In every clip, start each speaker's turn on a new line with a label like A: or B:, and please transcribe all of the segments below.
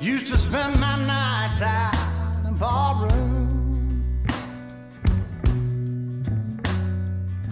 A: used to spend my nights out in the barroom.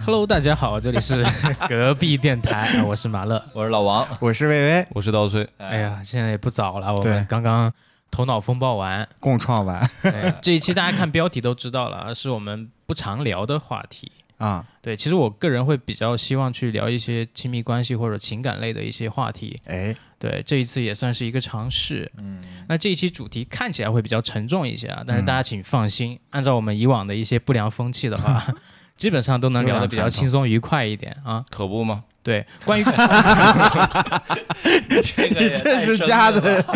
B: Hello，大家好，这里是隔壁电台，啊我是马乐。
C: 我是老王，
D: 我是魏巍，
C: 我是刀崔。
B: 哎呀，现在也不早了，我
D: 对
B: 们刚刚头脑风暴完，
D: 共创完
B: 哎这一期大家看标题都知道了，是我们不常聊的话题。
D: 啊，
B: 对，其实我个人会比较希望去聊一些亲密关系或者情感类的一些话题。
D: 哎，
B: 对，这一次也算是一个尝试。
C: 嗯，
B: 那这一期主题看起来会比较沉重一些啊，但是大家请放心，按照我们以往的一些不良风气的话，基本上都能聊得比较轻松愉快一点啊。
C: 可不吗？
B: 对，关于
C: 这个也太
D: 这是
C: 生
D: 加
C: 硬了
D: 的
C: 吧，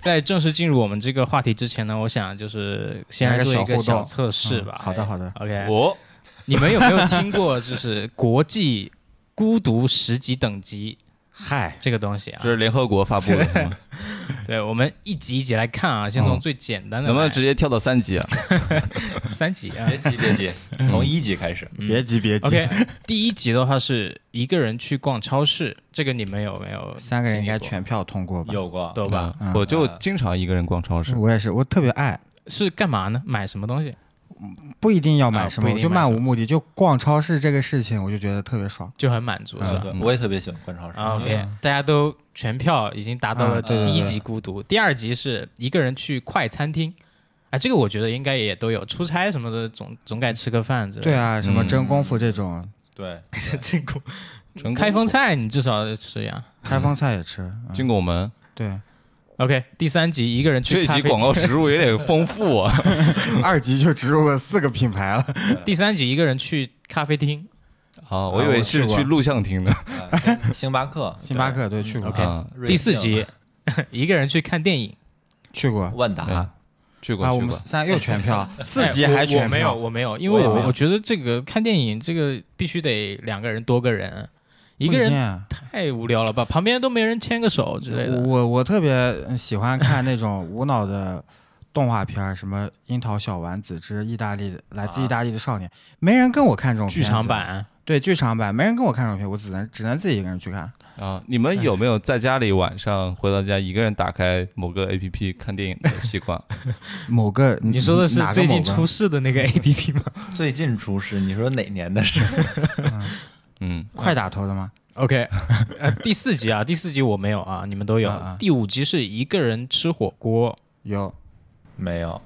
B: 在正式进入我们这个话题之前呢，我想就是先来做一个小测试吧。
D: 嗯好的好的，
B: OK，
C: 我
B: 你们有没有听过就是国际孤独十级等级
D: 嗨，
B: 这个东西啊
C: 这？是联合国发布的， 是吗
B: 对，我们一级一级来看啊，先从最简单的来，
C: 能不能直接跳到三级啊？
B: 三级啊
C: 别急别急， 从一级开始。
D: 别急别急
B: ？OK，第一级的话是一个人去逛超市，这个你们有没有？
D: 三个人应该全票通过吧？
C: 有过，
B: 都吧？
D: 嗯
C: 我就经常一个人逛超市，
D: 我也是，我特别爱，
B: 是干嘛呢？买什么东西？
D: 不一定要买
B: 啊
D: 什
B: 不
D: 么，
B: 一
D: 我
B: 定
D: 就
B: 买
D: 漫
B: 什
D: 无目的，就逛超市这个事情，我就觉得特别爽。
B: 就很满
E: 嗯
B: 足，是吧？
C: 我也特别喜欢逛超市。
B: 啊，OK，大家都全票已经达到了
D: 嗯嗯对对
B: 第一
D: 对
B: 级孤独，第二级是一个人去快餐厅，啊，这个我觉得应该也都有，出差什么的总总该吃个饭之类
D: 对
B: 的。
D: 啊，什么真功夫这 种，
C: 对，
B: 对，进 贡
C: 成功
B: 开封菜你至少吃呀。
D: 开封菜也吃， 嗯
C: 进拱门，
D: 对，
B: OK，第三级一个人
C: 这
B: 去
C: 一
B: 咖
C: 集
B: 啡
C: 广
B: 厅，
C: 告植入有点丰富 啊。
D: 二级就植入了四个品牌了，
B: 第三级一个人去咖啡厅。
C: 啊，我以为是
D: 我去过
C: 去录像厅的。
E: 呃星巴克、
D: 星巴克对去过
B: OK，
C: 啊
E: 瑞
B: 第四
E: 幸
B: 级 一个人去看电影。
D: 去过
E: 万
C: 啊
E: 达，
C: 哎去过
D: 啊，我
C: 去
D: 们
C: 过，
D: 三又全 票，四级
B: 哎
D: 还
B: 我我
D: 全
B: 没有，
D: 票，
B: 我没有，因
E: 我
B: 为
E: 也没
B: 我
E: 有
B: 我觉得这个看电影这个必须得两个人多个人，一个
D: 不定
B: 人
D: 啊
B: 太无聊了吧，旁边都没人牵个手之类的。
D: 我我特别喜欢看那种无脑的动画片儿，什么《樱桃小丸子之意大利的来自意大利的少年》，没人跟我看这种
B: 啊剧
D: 片
B: 场
D: 子，
B: 版，
D: 对剧场版，没人跟我看这种片，我只能只能自己一个人去看。
C: 啊，你们有没有在家里晚上回到家一个人打开某个 A P P 看电影的习惯？
D: 某个
B: 你说的是
D: 哪个
B: 最近
D: 某个
B: 出事的那 个 APP 吗
E: 最近出事，你说哪年的事？
C: 嗯，
D: 快打头的吗？
B: ？OK，呃，第四集啊，第四集我没有啊，你们都有。
D: 啊啊
B: 第五集是一个人吃火锅
D: 有，
E: 没有，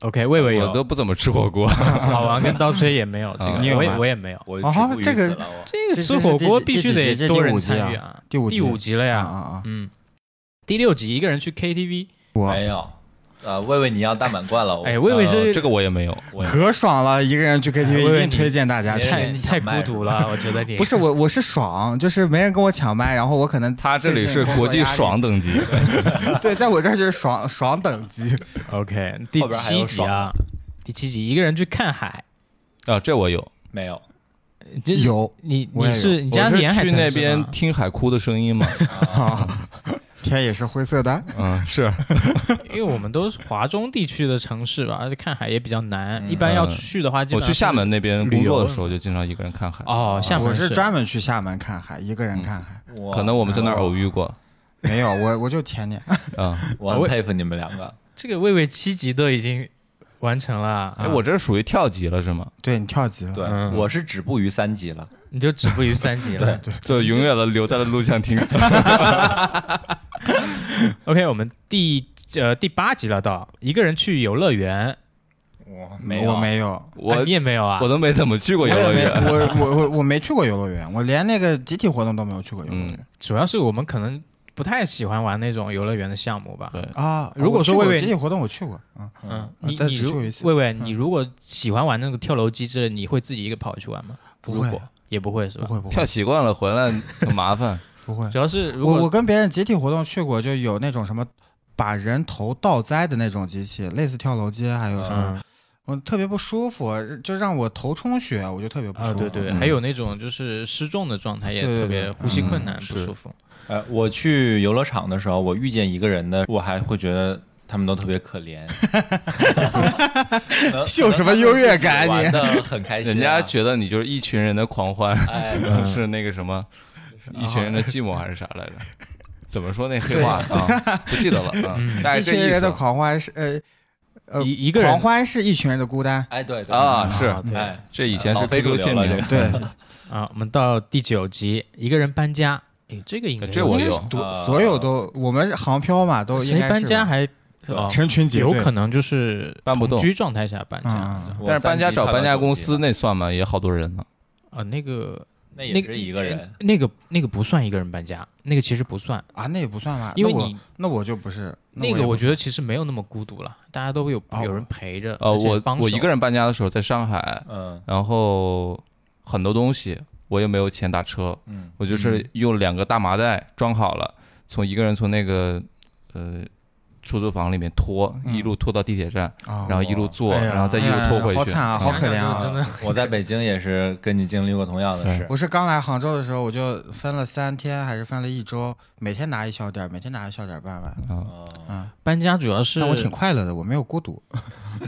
B: ，OK，魏魏
C: 我
B: 有
C: 都，不怎么吃火锅。
B: 老王跟刀吹也没有这个，
C: 啊
D: 你有
B: 我也
D: 吗
B: 我也没有。
E: 我
D: 哦
E: 止步于
D: 这个
E: 此了我
B: 这
D: 这
B: 个吃
D: 是
B: 火
D: 第
B: 锅
D: 几
B: 必须
D: 第
B: 得
D: 几集
B: 多
D: 第
B: 人
D: 五集
B: 参与
D: 啊
B: 啊，
D: 第五
B: 第
D: 集
B: 五集了
D: 啊
B: 呀，
D: 啊啊！
B: 嗯。第六集一个人去 KTV，
D: 我
E: 没有。呃，魏魏你要大满贯了，我
B: 哎魏魏是
C: 呃这个我也没有，
E: 我
D: 可爽了，一个人去
B: 哎
D: KTV
B: 我以
D: 一
B: 为
D: 定
B: 你
D: 推荐大家
E: 没
D: 去
E: 人。
B: 太
E: 你想
B: 太
E: 卖
B: 孤
E: 是
B: 独
E: 吧
B: 了，我觉得你
D: 不是我，我是爽，就是没人跟我抢麦，然后我可能
C: 他这里是国际爽等 级。
D: 对，在我这儿就是爽爽等级。
B: OK。第
E: 后边还有
B: 七集
E: 爽
B: 啊，第七集一个人去看海，
C: 啊，这我有，
E: 没有，
B: 这
D: 有
B: 你
D: 我也
B: 你
D: 有
B: 是你家
C: 我是
B: 沿海
C: 去
B: 城
C: 那
B: 市啊
C: 边
B: 吗
C: 听海哭的声音嘛。
D: 天也是灰色的，
C: 嗯，是
B: 因为我们都是华中地区的城市吧，而且看海也比较难。
D: 嗯
B: 一般要去的话，基
C: 嗯我
B: 本上
C: 去厦门那边工作的时候
B: 旅
C: 就经常一个人看海。
B: 哦，厦门
D: 我是专门去厦门看海，一个人看海。
E: 我
C: 可能我们在那儿偶遇过。
B: 嗯
D: 没有，我我就前年
C: 啊，
E: 我
B: 我
E: 很佩服你们两个，
B: 这个魏魏七级都已经完成了，
D: 啊
C: 哎，我这是属于跳级了是吗？
D: 对你跳级了，
E: 对，
B: 嗯
E: 我是止步于三级了，
B: 你就止步于三级了。
C: 就永远的留在了录像厅。
B: OK，我们第呃第八集了，到一个人去游乐园，
E: 我
D: 我没有，
B: 啊
C: 我
B: 你也没有啊
C: 我？都没怎么去过
D: 我
C: 游乐
D: 也没
C: 园。
D: 我我我我没去过游乐园，我连那个集体活动都没有去过游乐园
B: 主要是我们可能不太喜欢玩那种游乐园的项目吧。
C: 对
D: 啊。
B: 如果说
D: 我去过
B: 魏巍
D: 集体活动，我去过，嗯，
B: 嗯，你
D: 但
B: 你
D: 只
B: 如
D: 去过一次嗯
B: 魏魏，你如果喜欢玩那个跳楼机之类，你会自己一个跑去玩吗？
D: 不会啊
B: 如果也不会是
D: 不
B: 吧？
D: 会不会
C: 跳习惯了，回来很麻烦。
D: 不会。
B: 主要是如
D: 我我
B: 果
D: 跟别人集体活动去过，就有那种什么把人头倒栽的那种机器，类似跳楼机，还有什么，
B: 嗯
D: 我特别不舒服，就让我头充血，我就特别不舒
B: 啊，
D: 服。
B: 对对，
D: 嗯
B: 还有那种就是失重的状态也
D: 对对
B: 特别
D: 对
B: 呼吸困难，
C: 嗯
B: 不舒服。
E: 呃，我去游乐场的时候，我遇见一个人的，我还会觉得他们都特别可怜，
D: 秀什么优越感你
E: 玩的很开心啊，
C: 人家觉得你就是一群人的狂欢，
E: 哎，
C: 是那个什么，一群人的寂寞还是啥来着？怎么说那黑话啊？不记得了啊，大概
D: 一
C: 这
D: 群
C: 意
D: 人
C: 思
D: 的狂欢是呃呃
B: 一一个人
D: 狂欢是一群人的孤单。
E: 哎，对对
C: 啊，是
B: 啊对
E: 哎，
C: 这以前是
E: 老非
C: QQ
E: 主流
C: 签
E: 了
C: 名
E: 这，个
D: 对，
B: 啊，我们到第九集，一个人搬家，哎，这个应该
C: 这我
D: 应该
C: 有
D: 是多
E: 啊
D: 所有都我们航漂嘛都应
B: 谁
D: 该是
B: 搬家
D: 吧
B: 还哦，
D: 成群结
B: 有
D: 队，
B: 可能就是
C: 搬不动
B: 同居状态下搬家
D: 嗯
B: 啊
D: 嗯，
C: 但是搬家找搬家公司
E: 那
C: 那算吗？也好多人呢。
B: 呃那个
E: 那
B: 那
E: 也
B: 个
E: 是一个人，
B: 那个那个不算一个人搬家，那个其实不算，
D: 啊，那也不算吧？
B: 因为
D: 那我
B: 你
D: 那我就不是
B: 那
D: 也
B: 个
D: 不
B: 我觉得其实没有那么孤独了，大家都会有
D: 哦
B: 有人陪着，
C: 呃，
B: 而且
C: 我
B: 帮
C: 我
B: 手
C: 一个人搬家的时候在上海，
E: 嗯
C: 然后很多东西我也没有钱打车，
E: 嗯
C: 我就是用两个大麻袋装好了，从一个人从那个呃出租房里面拖，
D: 嗯
C: 一路拖到地铁站，
D: 哦
C: 然后一路坐，
B: 哎呀
C: 然后再一路拖回
D: 哎呀好
C: 去。
D: 惨啊，好可
B: 想
D: 怜
B: 想
D: 啊！
B: 就真的
E: 我在北京也是跟你经历过同样的事，
D: 我是刚来杭州的时候，我就分了三天，还是分了一周，每天拿一小点儿，每天拿一小点儿办完。
C: 啊，
E: 嗯
D: 嗯，
B: 搬家主要是
D: 但我挺快乐的，我没有孤独。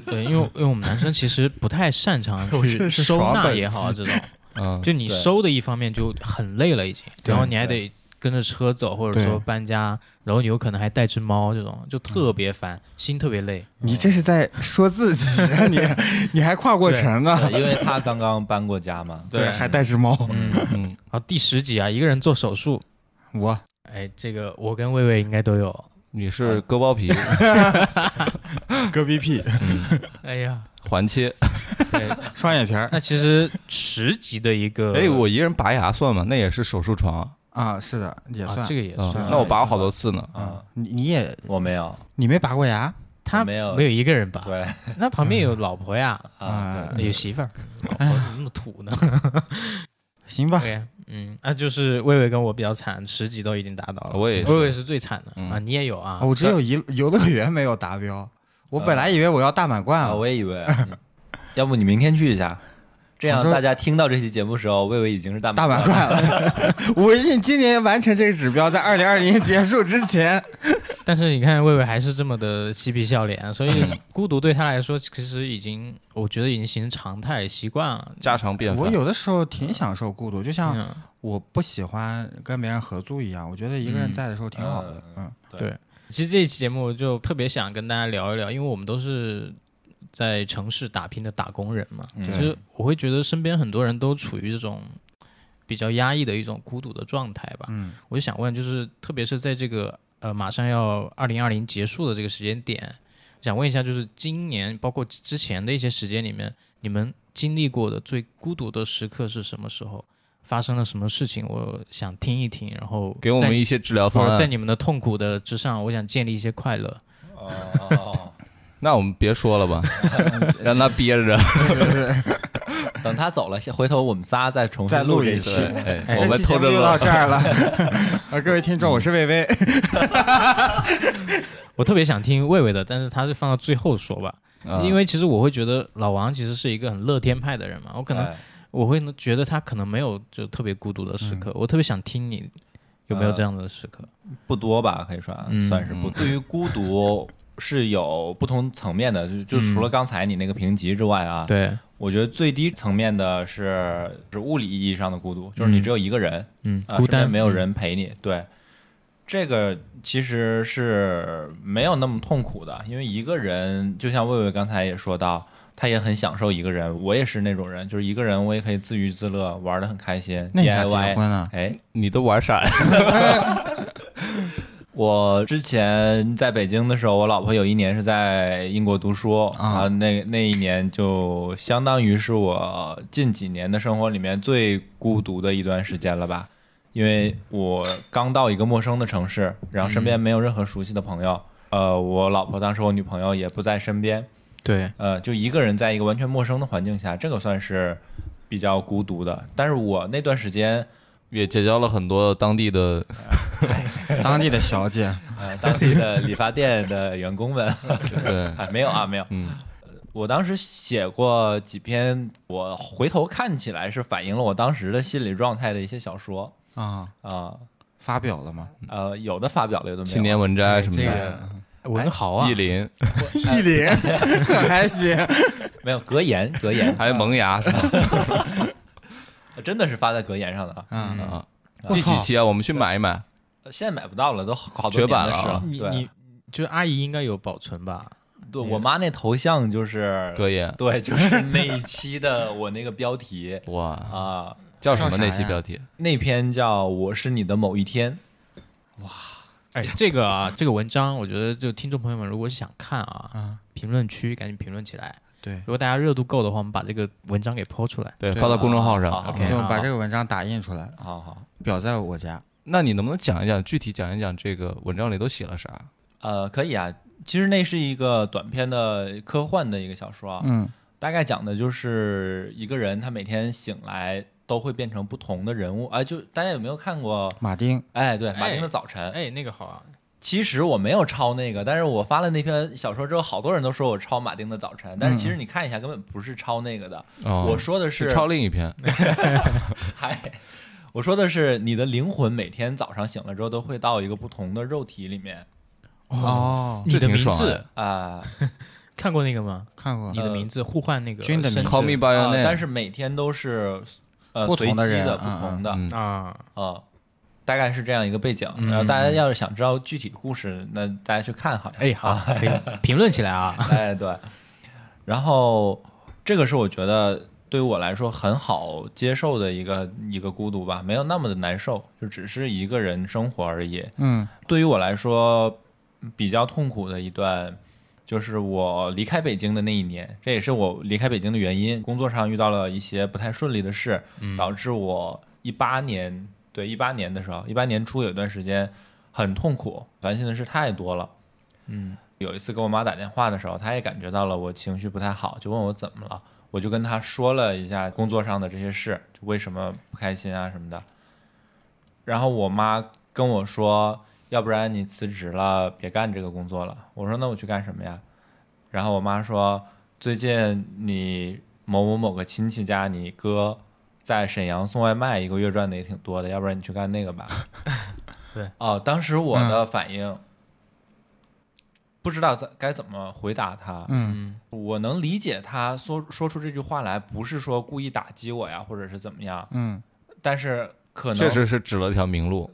B: 对，因为因为我们男生其实不太擅长
D: 我真
B: 去
D: 是
B: 收
D: 爽
B: 纳
D: 本
B: 也好，这种
C: 嗯，
B: 就你
E: 对
B: 收的一方面就很累了已经，
D: 对
B: 然后你还得跟着车走，或者
D: 对
B: 说搬家，然后你有可能还带只猫，这种就
D: 嗯
B: 特别烦，心特别累。
D: 你这是在说自己啊，你你还跨过城呢？
E: 对因为他刚刚搬过家嘛，
B: 对
D: 还带只猫。
B: 嗯，
C: 嗯，
B: 然后第十集啊，一个人做手术，
D: 我
B: 哎，这个我跟魏魏应该都有。
C: 你是割 包皮嗯
D: 割 BP
B: 哎呀，
C: 环切，
B: 对，
D: 双眼皮儿
B: 那其实十集的一个，
C: 哎，我一个人拔牙算吗？那也是手术床啊，
D: 啊，是的，也
B: 啊
D: 算。
B: 这个也
C: 嗯
B: 算，
C: 那我拔过好多次呢。
E: 啊，
D: 你你也
E: 我没有，
D: 你没拔过牙
B: 他
E: 没有
B: 没有一个人拔，
E: 对
B: 那旁
D: 嗯
B: 边有老婆呀，
E: 啊，
D: 哎
E: 对
B: 有媳妇儿，老婆怎么那么土呢？
D: 行吧？
B: 对，嗯，那就是魏魏跟我比较惨，十级都已经达到了，
C: 我也是
B: 魏魏是最惨的
C: 嗯
B: 啊，你也有啊
D: 啊，，我只有游游乐园没有达标。我本来以为我要大满贯
E: 啊，
D: 了，
E: 我也以为，嗯要不你明天去一下，这样
D: 杭州
E: 大家听到这期节目的时候，魏魏已经是大
D: 大满
E: 满
D: 贯了。 我一定今年完成这个指标，在二零二零年结束之前。
B: 但是你看魏魏还是这么的嬉皮笑脸，所
C: 嗯
B: 以孤独对他来说其实已经，我觉得已经形成常态习惯了。
C: 家常便饭。
D: 我有的时候挺享受孤独，就像
B: 嗯，
D: 我不喜欢跟别人合租一样，我觉得一个人
B: 嗯
D: 在的时候挺好的。嗯，
B: 对。其实这一期节目我就特别想跟大家聊一聊，因为我们都是在城市打拼的打工人嘛。
E: 嗯
B: 其实我会觉得身边很多人都处于这种比较压抑的一种孤独的状态吧。
D: 嗯，
B: 我就想问，就是特别是在这个呃马上要二零二零结束的这个时间点，想问一下，就是今年包括之前的一些时间里面，你们经历过的最孤独的时刻是什么时候？发生了什么事情？我想听一听，然后
C: 给我
B: 在
C: 们一些治疗
B: 或
C: 方
B: 者在
C: 案。
B: 你们的痛苦的之上，我想建立一些快乐。
E: 哦，
C: 那我们别说了吧，让他憋着。
E: 等他走了，先回头我们仨再重新
D: 再录
E: 这
D: 一期
E: 期。
C: 哎，
B: 哎
C: 我
D: 这
C: 们
D: 期节
C: 偷
D: 目
C: 着
D: 就
C: 乐
D: 到。这儿了。 啊，各位听众，我是魏巍。
B: 我特别想听魏魏的，但是他是放到最后说吧，
C: 啊
B: 因为其实我会觉得老王其实是一个很乐天派的人嘛，我可能
E: 哎
B: 我会觉得他可能没有就特别孤独的时刻，我特别想听你有没有这样的时刻。
E: 不多吧，可以说、啊
B: 嗯
E: 算是不。对于孤独是有不同层面的，就就除了刚才你那个评级之外啊，
B: 对，
E: 我觉得最低层面的是是物理意义上的孤独，就是你只有一个人，
B: 嗯，
E: 啊，
B: 孤
E: 身边
B: 单
E: 没有，人陪你，对。这个其实是没有那么痛苦的，因为一个人，就像魏魏刚才也说到，他也很享受一个人。我也是那种人，就是一个人我也可以自娱自乐，玩的很开心。
D: 那你咋结
E: DIY
D: 婚啊
E: 哎，
C: 你都玩啥呀？
E: 我之前在北京的时候，我老婆有一年是在英国读书
D: 啊
E: 啊，那那一年就相当于是我近几年的生活里面最孤独的一段时间了吧，因为我刚到一个陌生的城市，然后身边没有任何熟悉的朋友，呃，我老婆当时我女朋友也不在身边，
B: 对，
E: 呃，就一个人在一个完全陌生的环境下，这个算是比较孤独的。但是我那段时间，
C: 也结交了很多当地的，
D: 当地的小姐，
E: 呃，当地的理发店的员工们。
C: 对，
E: 啊，没有啊，没有。
C: 嗯，
E: 我当时写过几篇，我回头看起来是反映了我当时的心理状态的一些小说
D: 啊，
E: 啊、
D: 发表了吗？
E: 呃，有的发表了，有的没有。
C: 青年文摘什么
B: 这
C: 的，
B: 个文豪啊
C: 意，林，
D: 一林可还 行，
E: 没有格言，格言
C: 还有萌芽是吧？
E: 真的是发在格言上的啊。
D: 嗯，
C: 啊，
D: 我
C: 第几
D: 操
C: 期啊？我们去买一买。
E: 呃现在买不到了，都好多
C: 绝版
E: 年的事
C: 了啊
B: 你
E: 对
B: 你就是阿姨应该有保存吧？
E: 对我妈那头像就是
C: 哥爷，
E: 对，就是那一期的我那个标题
C: 哇，
E: 啊，
C: 叫什么
D: 叫啥
C: 那
D: 呀
C: 期标题？
E: 那篇叫《我是你的某一天》。
B: 哎， 这个啊，这个文章，我觉得就听众朋友们如果想看啊，
D: 啊，
B: 评论区赶紧评论起来。
D: 对
B: 如，果大家热度够的话，我们把这个文章给抛出来。
C: 对，
D: 对
C: 发到公众号上。
E: 啊啊
B: OK，
D: 对，我
B: 啊
D: 们把这个文章打印出来，
E: 好好，
D: 裱在我家。
C: 那你能不能讲一讲具体讲一讲这个文章里都写了啥？
E: 呃，可以啊。其实那是一个短篇的科幻的一个小说啊，
D: 嗯
E: 大概讲的就是一个人他每天醒来都会变成不同的人物。哎、就大家有没有看过？
D: 马丁，
E: 哎，对，
B: 哎
E: 马丁的早晨。
B: 哎，那个好啊，
E: 其实我没有抄那个，但是我发了那篇小说之后，好多人都说我抄马丁的早晨，但是其实你看一下，根本不是抄那个的。
C: 哦，
E: 我说的是
C: 抄另一篇。
E: 嗨，我说的是你的灵魂每天早上醒了之后都会到一个不同的肉体里面
D: 哦，
B: 你的
C: 挺
B: 名
C: 爽
B: 字
C: 的
E: 啊、
B: 看过那个吗？
D: 看过
B: 你，的名字互换那个
D: 啊君的
B: 身
D: 名字
C: ，Call me by
E: 啊
C: your name。
E: 但是每天都是呃
D: 不同的
E: 随机的
D: 人
E: 不同的啊、
C: 嗯
B: 啊，
E: 大概是这样一个背景。
B: 嗯
E: 然后大家要是想知道具体故事，那大家去看好像。啊
B: 哎，好，可以评论起来啊。
E: 哎，对。然后这个是我觉得对于我来说很好接受的一个一个孤独吧，没有那么的难受，就只是一个人生活而已。
D: 嗯
E: 对于我来说比较痛苦的一段，就是我离开北京的那一年，这也是我离开北京的原因。工作上遇到了一些不太顺利的事，导致我一八年对一八年的时候，一八年初有一段时间很痛苦，烦心的事太多了。
B: 嗯，
E: 有一次给我妈打电话的时候，她也感觉到了我情绪不太好，就问我怎么了。我就跟她说了一下工作上的这些事，就为什么不开心啊什么的。然后我妈跟我说，要不然你辞职了，别干这个工作了。我说那我去干什么呀？然后我妈说，最近你某某某个亲戚家，你哥在沈阳送外卖，一个月赚的也挺多的，要不然你去干那个吧。
B: 对，
E: 哦，当时我的反应、不知道怎该怎么回答他。
D: 嗯
E: 我能理解他说说出这句话来，不是说故意打击我呀，或者是怎么样，
D: 嗯，
E: 但是可能
C: 确实是指了条明路。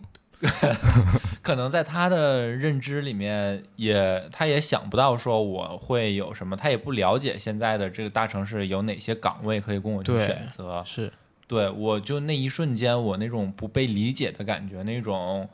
E: 可能在他的认知里面也，他也想不到说我会有什么，他也不了解现在的这个大城市有哪些岗位可以供我去
B: 对
E: 选择。
B: 是，
E: 对我就那一瞬间，我那种不被理解的感觉，那种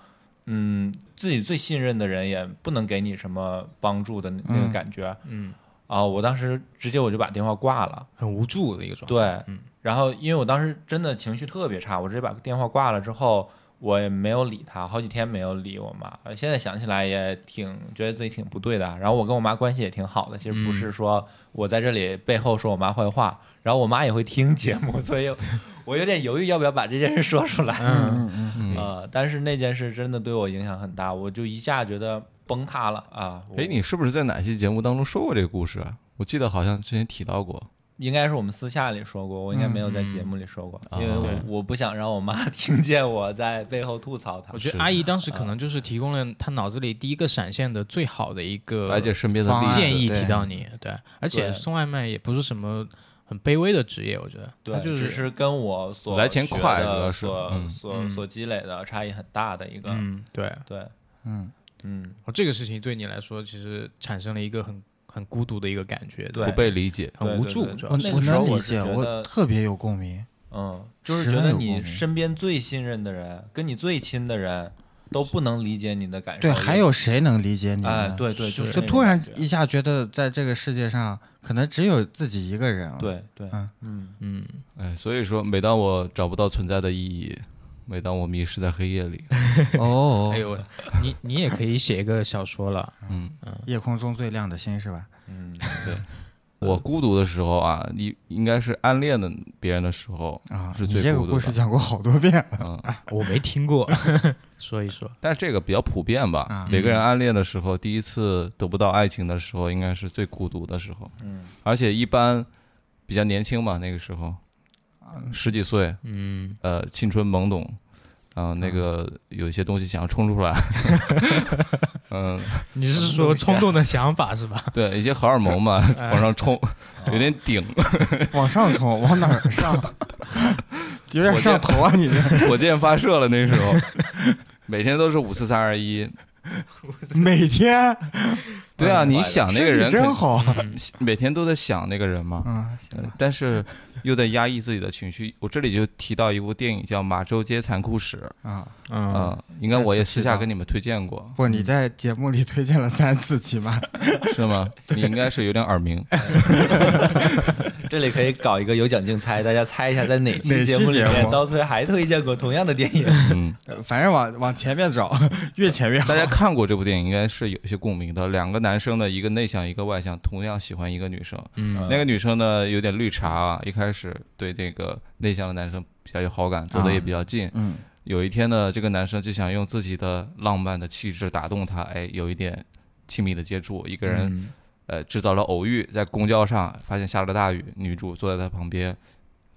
E: 嗯，自己最信任的人也不能给你什么帮助的那那个
D: 嗯
E: 感觉啊、
B: 嗯，
E: 我当时直接我就把电话挂了。
B: 很无助的一个状态。
E: 对，
B: 嗯
E: 然后因为我当时真的情绪特别差，我直接把电话挂了之后，我也没有理他，好几天没有理我妈。呃现在想起来也挺觉得自己挺不对的。然后我跟我妈关系也挺好的，其实不是说我在这里背后说我妈坏话，然后我妈也会听节目， 所以我有点犹豫要不要把这件事说出来。
B: 嗯
E: 呃，但是那件事真的对我影响很大，我就一下觉得崩塌了啊！我
C: 哎，你是不是在哪期节目当中说过这个故事啊？我记得好像之前提到过。
E: 应该是我们私下里说过，我应该没有在节目里说过，因为
C: 啊
E: 我我不想让我妈 听见我在背后吐槽她
B: 我。觉
C: 是
B: 得阿姨当时
E: 嗯
B: 可能就是提供了她脑子里第一个闪现的最好的一个
C: 而且身边的
D: 方
C: 例
D: 案
C: 子
B: 呃建议
D: 对
B: 提到你，对，而且
E: 对
B: 送外卖也不是什么很卑微的职业，我觉得，
E: 对，
B: 它就
E: 只是跟我所
C: 来钱
E: 学
C: 快
E: 的
C: 主要是
E: 所、
C: 嗯
E: 所所积累的差异很大的一个，
B: 嗯，对，
E: 对，
D: 嗯
E: 嗯，
B: 哦这个事情对你来说其实产生了一个很很孤独的一个感觉，
E: 对
C: 不被理解。
B: 很
E: 对对
B: 无助
E: 对，
B: 主
D: 我
B: 要是
E: 那
D: 我
E: 个时候
D: 能理
E: 我是
D: 解，
E: 觉
D: 我
E: 得
D: 特别有共鸣。
E: 嗯，就是
D: 十
E: 觉
D: 分
E: 得
D: 有
E: 你
D: 共鸣
E: 身边最信任的人，跟你最亲的人都不能理解你的感受，
D: 对，还有谁能理解你
E: 哎
D: 呢，？
E: 对对，就是是
D: 就
E: 那
D: 突
E: 种
D: 然
E: 感觉
D: 一下觉得在这个世界上可能只有自己一个人了。，
E: 对对，
D: 嗯
E: 嗯，
B: 嗯，
C: 哎，所以说，每当我找不到存在的意义，每当我迷失在黑夜里，
D: 哦
B: 哎，呦，你你也可以写一个小说了，
C: 嗯，
D: 夜空中最亮的星是吧？
E: 嗯，
C: 我孤独的时候啊，你应该是暗恋的别人的时候
D: 啊，
C: 是
D: 你
C: 最
D: 这个
C: 孤独
D: 故事
C: 的。
D: 讲过好多遍了。
C: 嗯，
B: 我没听过， 说一说，
E: 嗯
C: 但是这个比较普遍吧
D: 啊，
C: 每个人暗恋的时候，第一次得不到爱情的时候，应该是最孤独的时候。
E: 嗯，
C: 而且一般比较年轻吧，那个时候十几岁，
B: 嗯，
C: 呃，青春懵懂，嗯、那个有一些东西想要冲出来，嗯，
B: 你是说
E: 啊
B: 冲动的想法是吧？
C: 对，一些荷尔蒙嘛，往上 冲，有点顶，
D: 往上 冲，往哪儿上？有点上头啊！你这
C: 火箭发射了那时候。每天都是五四三二一。
D: 每天，
C: 对啊，你想那个
D: 身体
C: 人
D: 真
C: 肯，
D: 好，
C: 每天都在想那个人嘛，
D: 嗯，行
C: 呃但是又在压抑自己的情绪。我这里就提到一部电影叫《马周街残酷史》
D: 啊，
B: 嗯，
C: 啊、应该我也
D: 再次
C: 私
D: 提到
C: 下跟你们推荐过，
D: 不，你在节目里推荐了三次，起码
C: 是吗？你应该是有点耳 鸣。
E: 这里可以搞一个有奖竞猜，大家猜一下在哪
D: 哪期
E: 期节目里
D: 节
E: 面
D: 目
E: 刀崔还推荐过同样的电影。
C: 嗯，
D: 呃反正往往前面找，越前越好
C: 大。家看过这部电影，应该是有一些共鸣的。两个男生呢，一个内向，一个外向，同样喜欢一个女生。
B: 嗯
C: 那个女生呢，有点绿茶啊，一开始对这个内向的男生比较有好感，走的也比较近。
D: 嗯，
C: 有一天呢，这个男生就想用自己的浪漫的气质打动她，哎，有一点亲密的接触，一个人、
B: 嗯
C: 呃制造了偶遇，在公交上发现下了大雨，女主坐在他旁边，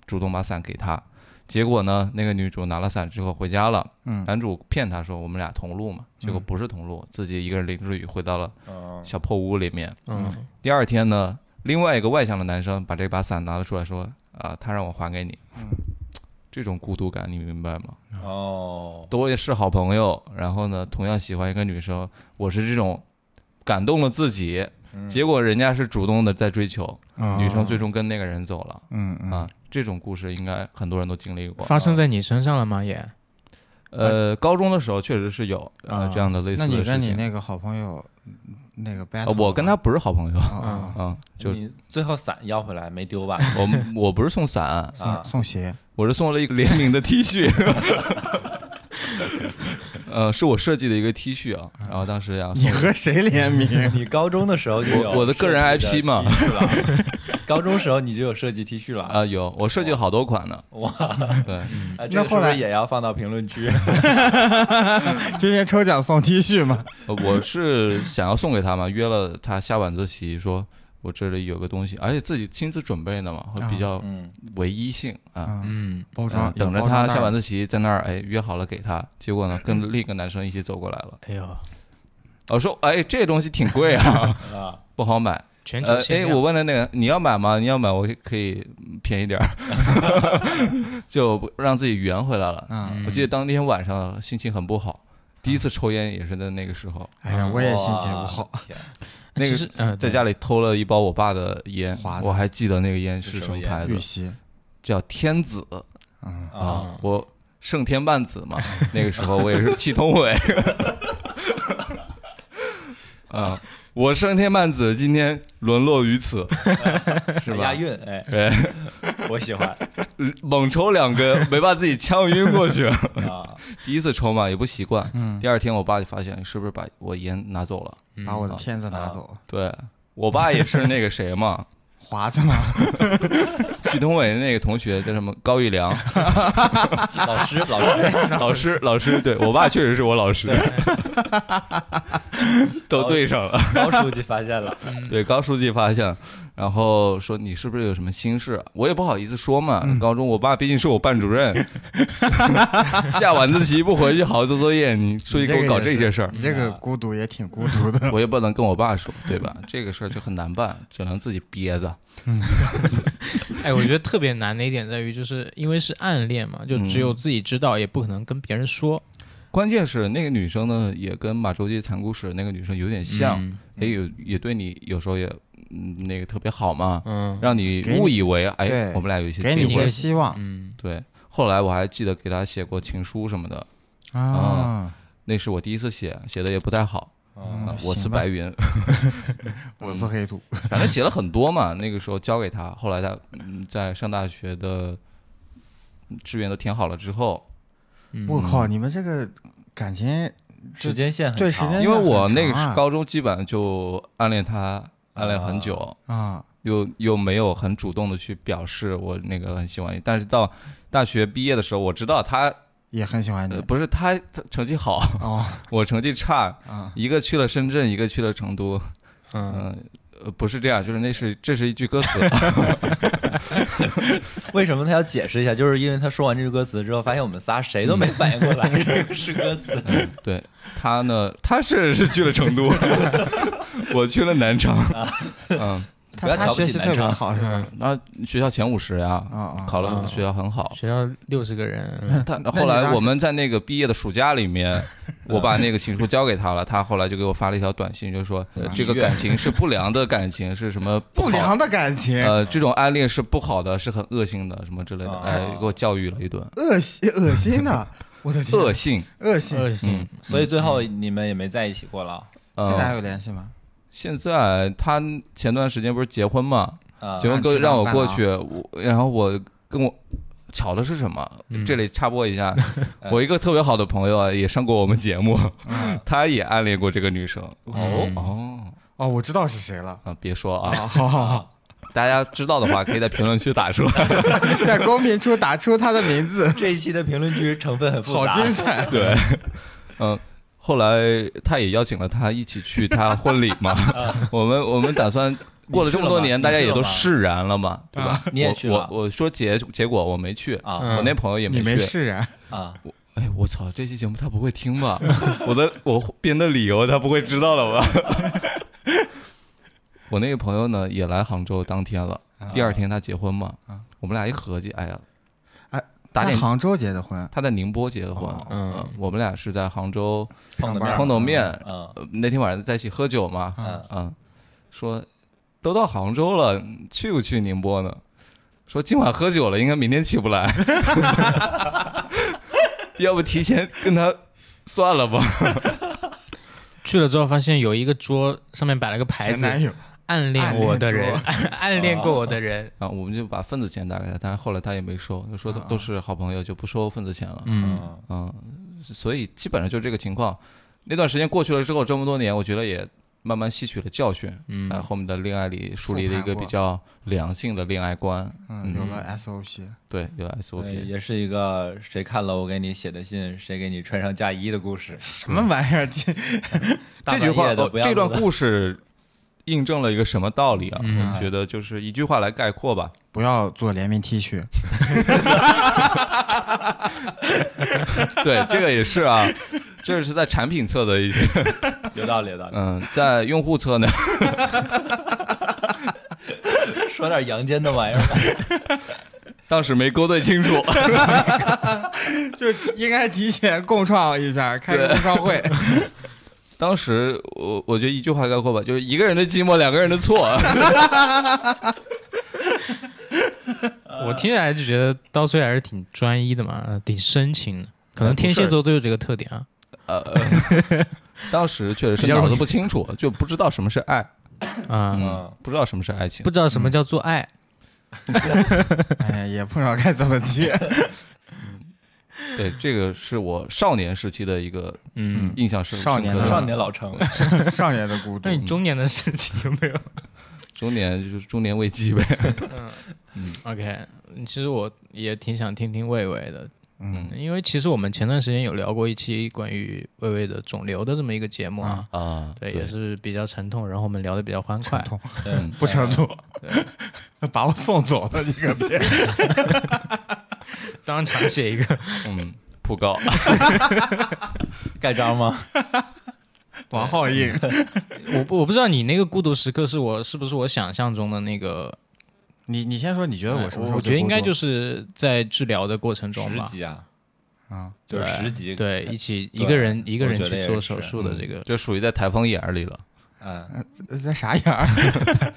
C: 主动把伞给他。结果呢，那个女主拿了伞之后回家了，
D: 嗯
C: 男主骗她说我们俩同路嘛，结果不是同路，自己一个人淋着雨回到了
E: 哦
C: 小破屋里面。
B: 嗯
C: 第二天呢，另外一个外向的男生把这把伞拿了出来，说：“啊、他让我还给你。”
D: 嗯
C: 这种孤独感你明白吗？
E: 哦，
C: 都也是好朋友，然后呢，同样喜欢一个女生，我是这种感动了自己，
D: 嗯
C: 结果人家是主动的在追求，嗯女生最终跟那个人走了。
D: 啊嗯嗯
C: 啊，这种故事应该很多人都经历过。
B: 发生在你身上了吗？也
C: 呃，高中的时候确实是有呃
B: 啊
C: 这样的类似
D: 那你
C: 的事
D: 跟你
C: 情。
D: 那个好朋友，嗯那个 battle，
C: 呃我跟他
D: 了
C: 不是好 朋友
D: 吗啊
C: 啊，嗯就
E: 你最后伞要回来没丢 吧？
C: 我们我不是送伞，
D: 啊啊，
E: 啊
D: 送送鞋，
C: 我是送了一个联名的 T 恤，呃，是我设计的一个 T 恤啊，然后当时呀，
D: 你
C: 送嗯
D: 和谁联名？
E: 你高中的时候就有
C: 我我的个人
E: 设计
C: IP 嘛
E: 的 T 恤 了，高中时候你就有设计 T 恤了
C: 啊、？有我设计了好多款呢，
E: 哇，
C: 对，
E: 啊这个
D: 那后来
E: 是不是也要放到评论 区？
D: 今天抽奖送 T 恤吗？
C: 呃我是想要送给他嘛，约了他下晚自习，说我这里有个东西，而且自己亲自准备的嘛，会比较
E: 嗯，
C: 唯一性啊。
D: 啊嗯，
B: 嗯
D: 包装
C: 嗯，等着
D: 有包装
C: 他
D: 袋
C: 下晚自习在那儿，哎，约好了给他，结果呢，跟另一个男生一起走过来了。
B: 哎呦，
C: 我说，哎，这东西挺 贵啊，
E: 啊，
C: 不好买。
B: 全
C: 呃
B: 球，限
C: 哎，
B: 量
C: 我问的那个，你要买吗？你要买，我可以嗯便宜点儿， 就不让自己圆回来了。
D: 嗯，
C: 我记得当天晚上心情很不好，第一次抽烟也是在那个时
B: 啊
C: 候，
D: 哎呀，我也心情不好，
E: 哇，天
C: 那个
B: 其实嗯，
C: 在家里偷了一包我爸的烟
D: 华，子
C: 我还记得那个烟是什么牌子
D: 玉，溪，
C: 叫天子
D: 嗯，
E: 啊，
C: 啊，我胜天半子嘛，那个时候我也是祁同伟， 啊，我胜天半子今天沦落于此，是吧
E: 押？韵，哎，
C: 对。
E: 我喜欢
C: 猛抽两根，没把自己呛晕过去。嗯
E: 啊，
C: 第一次抽嘛，也不习惯。第二天我爸就发现是不是把我烟拿走了？
D: 把我的片
C: 啊
D: 子拿走，
C: 对我爸也是那个谁 嘛，
D: 华子嘛，
C: 祁同伟那个同学叫什么高育良
E: 老师，老师，
C: 老师，老师，对我爸确实是我老师， 都对上了。
E: 高书记发现 了，
D: 嗯
C: 对，高书记发现，然后说你是不是有什么心事？我也不好意思说嘛。
D: 嗯
C: 高中我爸毕竟是我班主任， 下晚自习不回去好好做作业，你出去给我搞这些事儿啊
D: 你，这个孤独也挺孤 独的。
C: 我也不能跟我爸说，对吧？这个事儿就很难 办，只能自己憋着。
B: 哎，我觉得特别难的一点在于，就是因为是暗恋嘛，就只有自己知道，也不可能跟别人说。
C: 关键是那个女生呢，也跟马周街残酷史那个女生有点像，
B: 嗯
C: 也有也对你有时候也嗯那个特别好嘛，
B: 嗯
C: 让你
D: 给你
C: 误以为哎
D: 对
C: 我们俩有一些
D: 给你一
C: 机会
D: 些。希望
B: 嗯
C: 对，后来我还记得给她写过情书什么的，
D: 啊！
C: 那是我第一次写，写的也不太好。啊
D: 嗯
C: 我是
D: 行吧
C: 白云，
D: 我是黑土，
C: 反正写了很多嘛。那个时候交给他，后来他嗯在上大学的志愿都填好了之后，
D: 我靠，你们这个感情
E: 时间线很
D: 对
E: 长
D: 时间
C: 因为我那个
D: 很长
C: 是
D: 啊
C: 高中基本上就暗恋他，暗恋很久，
D: 啊，
C: 又又没有很主动的去表示我那个很喜欢你。但是到大学毕业的时候，我知道他
D: 也很喜欢你
C: 呃不是他他成绩好，
D: 哦
C: 我成绩差，
D: 啊
C: 一个去了深圳，一个去了成都，
B: 嗯，
C: 嗯、呃不是这样，就是那是这是一句歌词，
E: 为什么他要解释一下？就是因为他说完这句歌词之后，发现我们仨谁都没反应过来 这个是歌词。
C: 嗯 对他呢，他是是去了成都，我去了南昌，嗯，
E: 不要
D: 他
E: 瞧不
D: 学
E: 起
D: 习
E: 南
D: 特别
E: 昌，
D: 好是吧？
C: 啊那学校前五十呀，
D: 啊啊，
C: 考了学校很好。
B: 学校六十个 人，
C: 他
D: 时
C: 后来我们在那个毕业的暑假里 面，我把那个情书交给他了，他后来就给我发了一条短信，就说呃这个感情是不良的感情，是什么不好
D: 不良的感情，
C: 呃，这种暗恋是不好的，是很恶性的，什么之类的，
E: 啊
C: 哎，给我教育了一顿，
D: 恶心恶心的，我的天，
C: 恶性。
D: 恶心。
B: 恶心。
E: 所以最后
D: 嗯
E: 你们也没在一起过了
D: 现在还
C: 呃，
D: 有联系吗？
C: 现在他前段时间不是结婚嘛，
E: 啊
C: 结婚
D: 那
C: 哥
D: 知道
C: 让我
D: 办
C: 过
D: 了啊
C: 去，我然后我跟我。巧的是什么？
E: 嗯
C: 这里插播一 下，我一个特别好的朋友啊，也上过我们节目，
E: 嗯，
C: 他也暗恋过这个女生。哦哦
D: 哦，我知道是谁了。
C: 啊，别说啊，
D: 好好好好，
C: 大家知道的话可以在评论区打出来。
D: 在公屏处打出他的名字
E: 这一期的评论区成分很复
D: 好
E: 杂，
D: 精彩！
C: 对，嗯，后来他也邀请了他一起去他婚礼 嘛。我们我们打算过了这么多年，
E: 啊你去了吗啊
C: 大家也都释然了嘛，对吧？
E: 你也去了
C: 我我我说结结果我没去
E: 啊
C: 我那朋友也
D: 你没
C: 去。
D: 释然，
E: 啊！
C: 哎，我操，这期节目他不会听吧？ 我的我编的理由他不会知道了吧？ 我那个朋友呢，也来杭州当天了，第二天他结婚嘛，我们俩一合计，哎呀，
D: 哎，
C: 打
D: 在
C: 点
D: 杭州结的婚，
C: 他在宁波结的婚，
B: 哦
C: 嗯、我们俩是在杭州
E: 碰的面儿
C: 碰头面，
E: 嗯
C: 呃那天晚上在一起喝酒嘛，
E: 嗯
C: 嗯，说都到杭州了，去不去宁波呢？说今晚喝酒了，应该明天起不来， 要不提前跟他算了吧？
B: 去了之后发现有一个桌上面摆了个牌
D: 前
B: 子，
D: 男友
B: 暗恋我的人，
D: 暗
B: 暗恋过我的人，
C: 啊，我们就把份子钱打给他，但是后来他也没收，就说
D: 啊
C: 都都是好朋友，就不收份子钱了。
B: 嗯，
E: 嗯，
C: 嗯，所以基本上就这个情况。那段时间过去了之后，这么多年，我觉得也慢慢吸取了教训，啊
B: 嗯
C: 在后面的恋爱里树立了一
D: 复盘
C: 个
D: 过
C: 比较良性的恋爱观。
D: 嗯，有了 SOP，
C: 对，有
E: 对
C: SOP。
E: 也是一个谁看了我给你写的信，谁给你穿上嫁衣的故事。
D: 什么玩意儿？这
C: 这句
E: 大半夜
C: 话，
E: 的
C: 哦
E: 不要
C: 这段
E: 录的
C: 故事印证了一个什么道理啊？
B: 嗯
C: 我觉得就是一句话来概括吧。
D: 不要做联名 T 恤，
C: 对，这个也是 啊，这是在产品侧的一些，
E: 有道理，有道理。
C: 嗯，在用户侧呢，
E: 说点阳间的玩意儿 吧。
C: 当时没勾兑清楚。
D: 就应该提前共创一下，开个共创会。
C: 当时我我觉得一句话概括吧，就是一个人的寂寞，两个人的错。啊
B: 我听起来就觉得刀崔还是挺专一的嘛，呃挺深情的。可能天蝎座都有这个特点啊，
C: 呃 当时确实
B: 比
C: 是
B: 较
C: 脑
B: 容
C: 子
B: 易
C: 不清楚，就不知道什么是爱，
B: 啊，
E: 嗯，
C: 不知道什么是爱情
B: 不。知道什么叫做爱，
D: 哎呀，也不知道该怎么接。
C: 对，这个是我少年时期的一个
B: 嗯。
C: 印象深
D: 少年
C: 深刻
D: 嗯
C: 的
E: 少年老成，
D: 少年的孤独
B: 那，你中年的事情有没有
C: 中年就是中年危机呗。
B: 嗯？OK，其实我也挺想听听魏巍的，
D: 嗯，
B: 因为其实我们前段时间有聊过一期关于魏巍的肿瘤的这么一个节目啊，
C: 啊，
B: 对，也是比较沉痛，然后我们聊得比较欢快，哎
D: 痛
E: 嗯
D: 不程度， 把我送走了，你可别。
B: 当场写一个，
C: 嗯，普高。
E: 盖章吗？
D: 王浩印，
B: 我不我不知道你那个孤独时刻是我是不是我想象中的那个，
D: 你你先说，你觉得我什么时候
B: 哎呃我觉得应该就是是在治疗的过程中
E: 十
B: 吧，
E: 级啊，
D: 啊，
E: 就是十级。
B: 对，一起一个人一个人
E: 我觉得
B: 去
E: 也
B: 做
E: 是
B: 手术的这个，
C: 就属于在台风眼儿里了。
E: 嗯，
D: 呃在啥眼儿？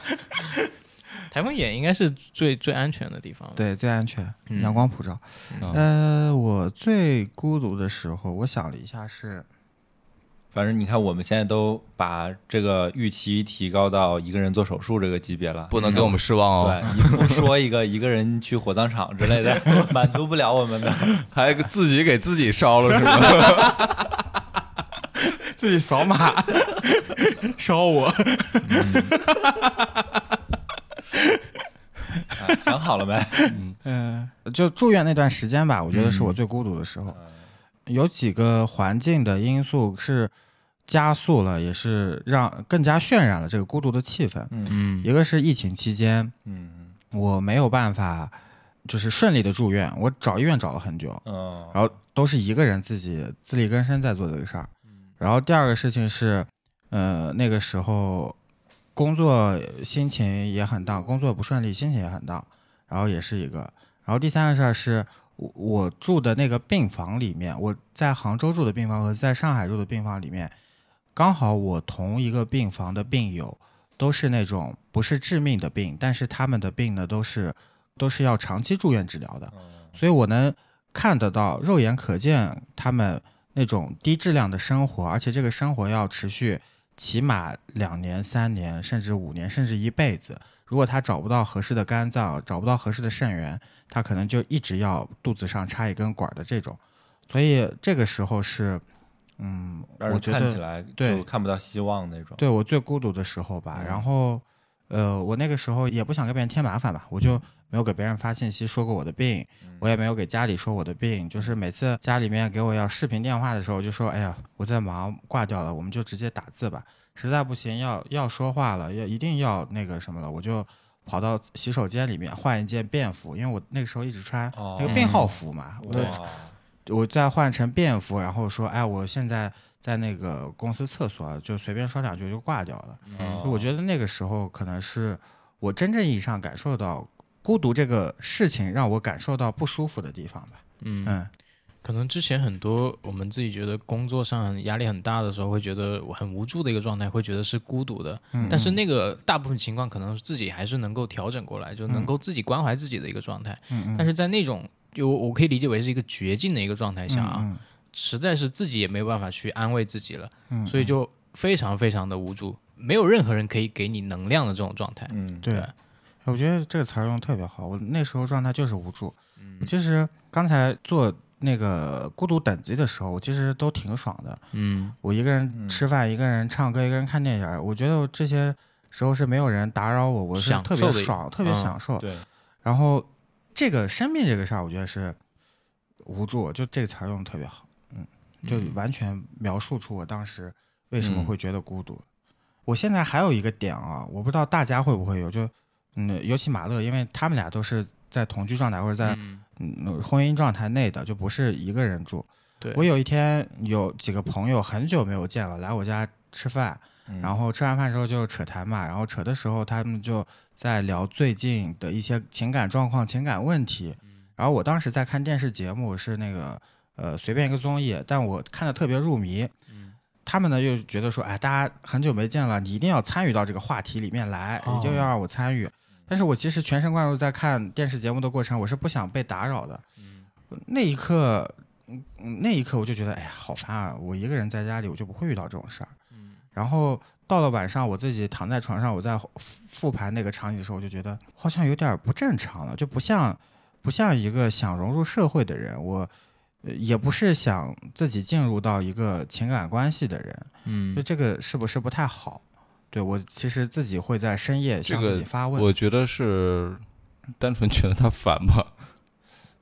B: 台风眼应该是最最安全的地方了，
D: 对，最安全，
B: 嗯
D: 阳光普照。呃，我最孤独的时候，我想了一下是，
E: 反正你看，我们现在都把这个预期提高到一个人做手术这个级别了，
C: 不能给我们失望哦，
E: 对，你不说一个一个人去火葬场之类的，满足不了我们的。
C: 还自己给自己烧了是吧？
D: 自己扫码 烧我，
E: 啊想好了没？
D: 嗯、就住院那段时间吧，我觉得是我最孤独的时候。有几个环境的因素是加速了，也是让更加渲染了这个孤独的气氛。
B: 嗯
D: 一个是疫情期间，
E: 嗯
D: 我没有办法就是顺利的住院，我找医院找了很久，
E: 嗯
D: 然后都是一个人自己自力更生在做这个事儿。然后第二个事情是，呃，那个时候工作心情也很 down，工作不顺利，心情也很 down，然后也是一个。然后第三个事儿是我我住的那个病房里面，我在杭州住的病房和在上海住的病房里面，刚好我同一个病房的病友都是那种不是致命的病，但是他们的病呢都是都是要长期住院治疗
E: 嗯
D: 的，所以我能看得到，肉眼可见他们那种低质量的生活，而且这个生活要持续起码两年、三年，甚至五年，甚至一辈子。如果他找不到合适的肝脏，找不到合适的肾源，他可能就一直要肚子上插一根管儿的这种。所以这个时候是，嗯，
E: 让
D: 我
E: 人
D: 觉
E: 看
D: 得
E: 起来就
D: 对
E: 看不到希望那种。
D: 对我最孤独的时候吧。
E: 嗯
D: 然后，呃，我那个时候也不想给别人添麻烦吧，我
E: 嗯
D: 就没有给别人发信息说过我的病，我也没有给家里说我的病。就是每次家里面给我要视频电话的时候，我就说：“哎呀，我在忙，挂掉了，我们就直接打字吧。实在不行要要说话了，要一定要那个什么了，我就。”跑到洗手间里面换一件便服，因为我那个时候一直穿
E: 哦
D: 那个病号服嘛，我
E: 对，
D: 都我再换成便服，然后说，哎，我现在在那个公司厕所，就随便说两句就挂掉了。
E: 嗯
D: 嗯
B: 哦
D: 所以我觉得那个时候可能是我真正意义上感受到孤独这个事情让我感受到不舒服的地方吧。
B: 嗯
D: 嗯，
B: 可能之前很多我们自己觉得工作上压力很大的时候，会觉得我很无助的一个状态，会觉得是孤独的。
D: 嗯
B: 但是那个大部分情况，可能自己还是能够调整过来，就能够自己关怀自己的一个状态。
D: 嗯
B: 但是在那种就我可以理解为是一个绝境的一个状态下
D: 嗯
B: 啊，实在是自己也没有办法去安慰自己了，
D: 嗯
B: 所以就非常非常的无助，没有任何人可以给你能量的这种状态。
E: 嗯，
D: 对，我觉得这个词儿用得特别好。我那时候状态就是无助。其实刚才做那个孤独等级的时候，我其实都挺爽的。
B: 嗯，
D: 我一个人吃饭，一个人唱歌，一个人看电影儿，我觉得我这些时候是没有人打扰我，我是
B: 享
D: 特
B: 受
D: 别
B: 的一
D: 爽，特别
B: 嗯
D: 享受。
E: 对，
D: 然后这个生病这个事儿，我觉得是无助，就这个词儿用的特别好，嗯，就完全描述出我当时为什么会觉得孤独。我现在还有一个点啊，我不知道大家会不会有，就嗯，尤其马乐，因为他们俩都是在同居状态或者在嗯婚姻状态内的，就不是一个人住。
B: 对，
D: 我有一天有几个朋友很久没有见了，来我家吃饭，
E: 嗯
D: 然后吃完饭之后就扯谈嘛，然后扯的时候他们就在聊最近的一些情感状况、情感问题。然后我当时在看电视节目，是那个呃随便一个综艺，但我看的特别入迷。他们呢又觉得说，哎，大家很久没见了，你一定要参与到这个话题里面来，
B: 哦
D: 一定要让我参与。但是我其实全神贯注在看电视节目的过程，我是不想被打扰的。那一刻，嗯嗯那一刻我就觉得，哎呀，好烦啊！我一个人在家里，我就不会遇到这种事儿。然后到了晚上，我自己躺在床上，我在复复盘那个场景的时候，我就觉得好像有点不正常了，就不像不像一个想融入社会的人，我呃也不是想自己进入到一个情感关系的人，
B: 嗯
D: 就这个是不是不太好？对我其实自己会在深夜向
C: 这个
D: 自己发 问，
C: 我觉得是单纯觉得他烦吧，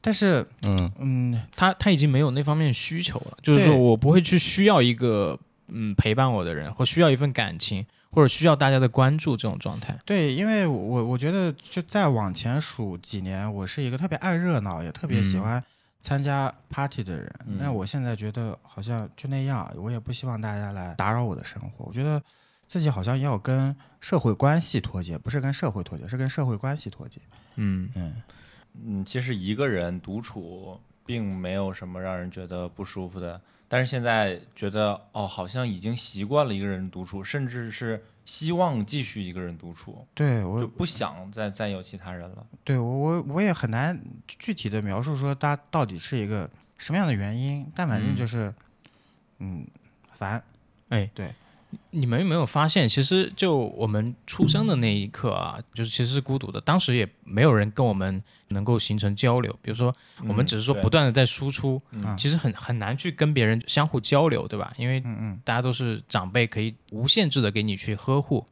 D: 但是
C: 嗯，
D: 嗯，
B: 他他已经没有那方面需求了，就是
D: 对
B: 说我不会去需要一个嗯陪伴我的人，或需要一份感情，或者需要大家的关注这种状态。
D: 对，因为我我觉得就再往前数几年，我是一个特别爱热闹，也特别喜
B: 嗯
D: 欢参加 party 的人。
E: 嗯
D: 那我现在觉得好像就那样，我也不希望大家来打扰我的生活。我觉得自己好像要跟社会关系脱节，不是跟社会脱节，是跟社会关系脱节。
B: 嗯，
D: 嗯，
E: 嗯，其实一个人独处并没有什么让人觉得不舒服的，但是现在觉得哦，好像已经习惯了一个人独处，甚至是希望继续一个人独处，
D: 对
E: 就
D: 我
E: 不想再再有其他人了。
D: 对我我我也很难具体的描述说它到底是一个什么样的原因，但反正就是嗯烦，
B: 哎，
D: 对，
B: 你们有没有发现，其实就我们出生的那一刻啊，就是其实是孤独的，当时也没有人跟我们能够形成交流，比如说我们
E: 嗯
B: 只是说
E: 对
B: 不断的啊在输出，
D: 嗯
B: 其实很很难去跟别人相互交流，对吧？因为
D: 嗯嗯。
B: 大家都是长辈，可以无限制的给你去呵护。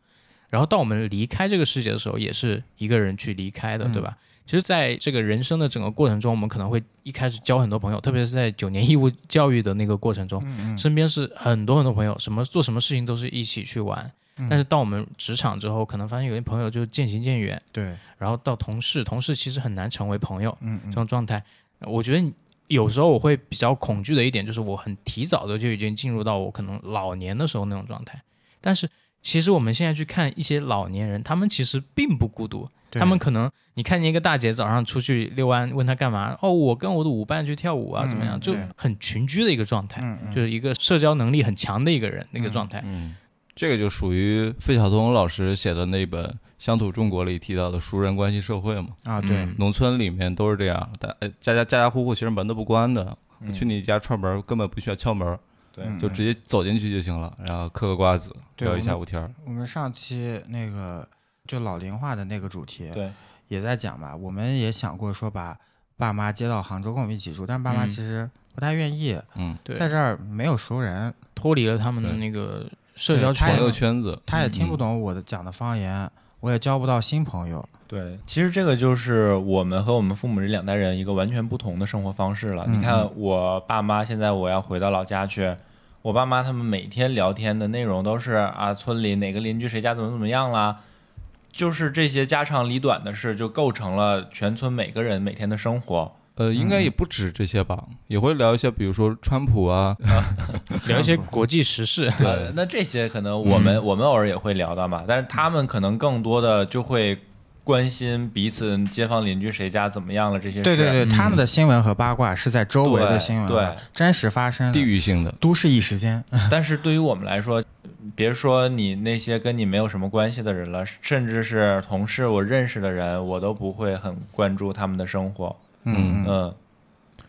B: 然后到我们离开这个世界的时候，也是一个人去离开的，对吧？其实，在这个人生的整个过程中，我们可能会一开始交很多朋友，特别是在九年义务教育的那个过程中，
D: 嗯
B: 身边哦是很多很多朋友，什么做什么事情都是一起去玩。
D: 嗯
B: 但是到我们职场之后，可能发现有些朋友就渐行渐远，
D: 对，
B: 然后到同事，同事其实很难成为朋友，
D: 嗯
B: 这种状态，呃我觉得你有时候我会比较恐惧的一点就是，我很提早的就已经进入到我可能老年的时候那种状态，但是其实我们现在去看一些老年人，他们其实并不孤独，
D: 对
B: 他们可能你看见一个大姐早上出去遛弯，问她干嘛？哦，我跟我的舞伴去跳舞啊，
D: 嗯
B: 怎么样？
D: 嗯
B: 就
D: 对
B: 很群居的一个状态，
D: 嗯嗯
B: 就是一个社交能力很强的一个人那个状态。
C: 嗯，这个就属于费孝通老师写的那本《乡土中国》里提到的熟人关系社会嘛。
D: 啊，
B: 嗯
D: 对，
C: 农村里面都是这样，大呃家家家家户户其实门都不关的。我去你家串门根本不需要敲门，
E: 嗯对，
D: 嗯
C: 就直接走进去就行了，然后嗑个瓜子，
D: 对
C: 聊一下午天儿。
D: 嗯我们上期那个就老龄化的那个主题，
E: 对，
D: 也在讲嘛，我们也想过说把爸妈接到杭州跟我们一起住，但爸妈
B: 嗯
D: 其实不太愿意，
C: 嗯，
B: 对，
D: 在这儿没有熟人，
B: 脱离了他们的
C: 对
B: 那个社交圈
D: 对
C: 朋
D: 他
C: 友
D: 也
C: 圈子，
D: 他
B: 嗯
D: 也听不懂我的讲的方言，我也交不到新朋友。
E: 对，其实这个就是我们和我们父母这两代人一个完全不同的生活方式了。
D: 嗯
E: 你看，我爸妈现在我要回到老家去，我爸妈他们每天聊天的内容都是啊，村里哪个邻居谁家怎么怎么样啦，就是这些家长里短的事，就构成了全村每个人每天的生活。
C: 呃，应
D: 嗯
C: 该也不止这些吧，也会聊一些，比如说川普 啊，
B: 聊一些国际时事。
E: 呃，那这些可能我
D: 嗯
E: 们、我们偶尔也会聊到嘛，但是他们可能更多的就会关心彼此街坊邻居谁家怎么样了这些事。
D: 对对对，
B: 嗯
D: 他们的新闻和八卦是在周围的新闻
E: 对
D: 和
E: 对
D: 真实发生的
C: 地域性的。
D: 都市一时间，嗯
E: 但是对于我们来说，别说你那些跟你没有什么关系的人了，甚至是同事我认识的人，我都不会很关注他们的生活。
D: 嗯
E: 嗯，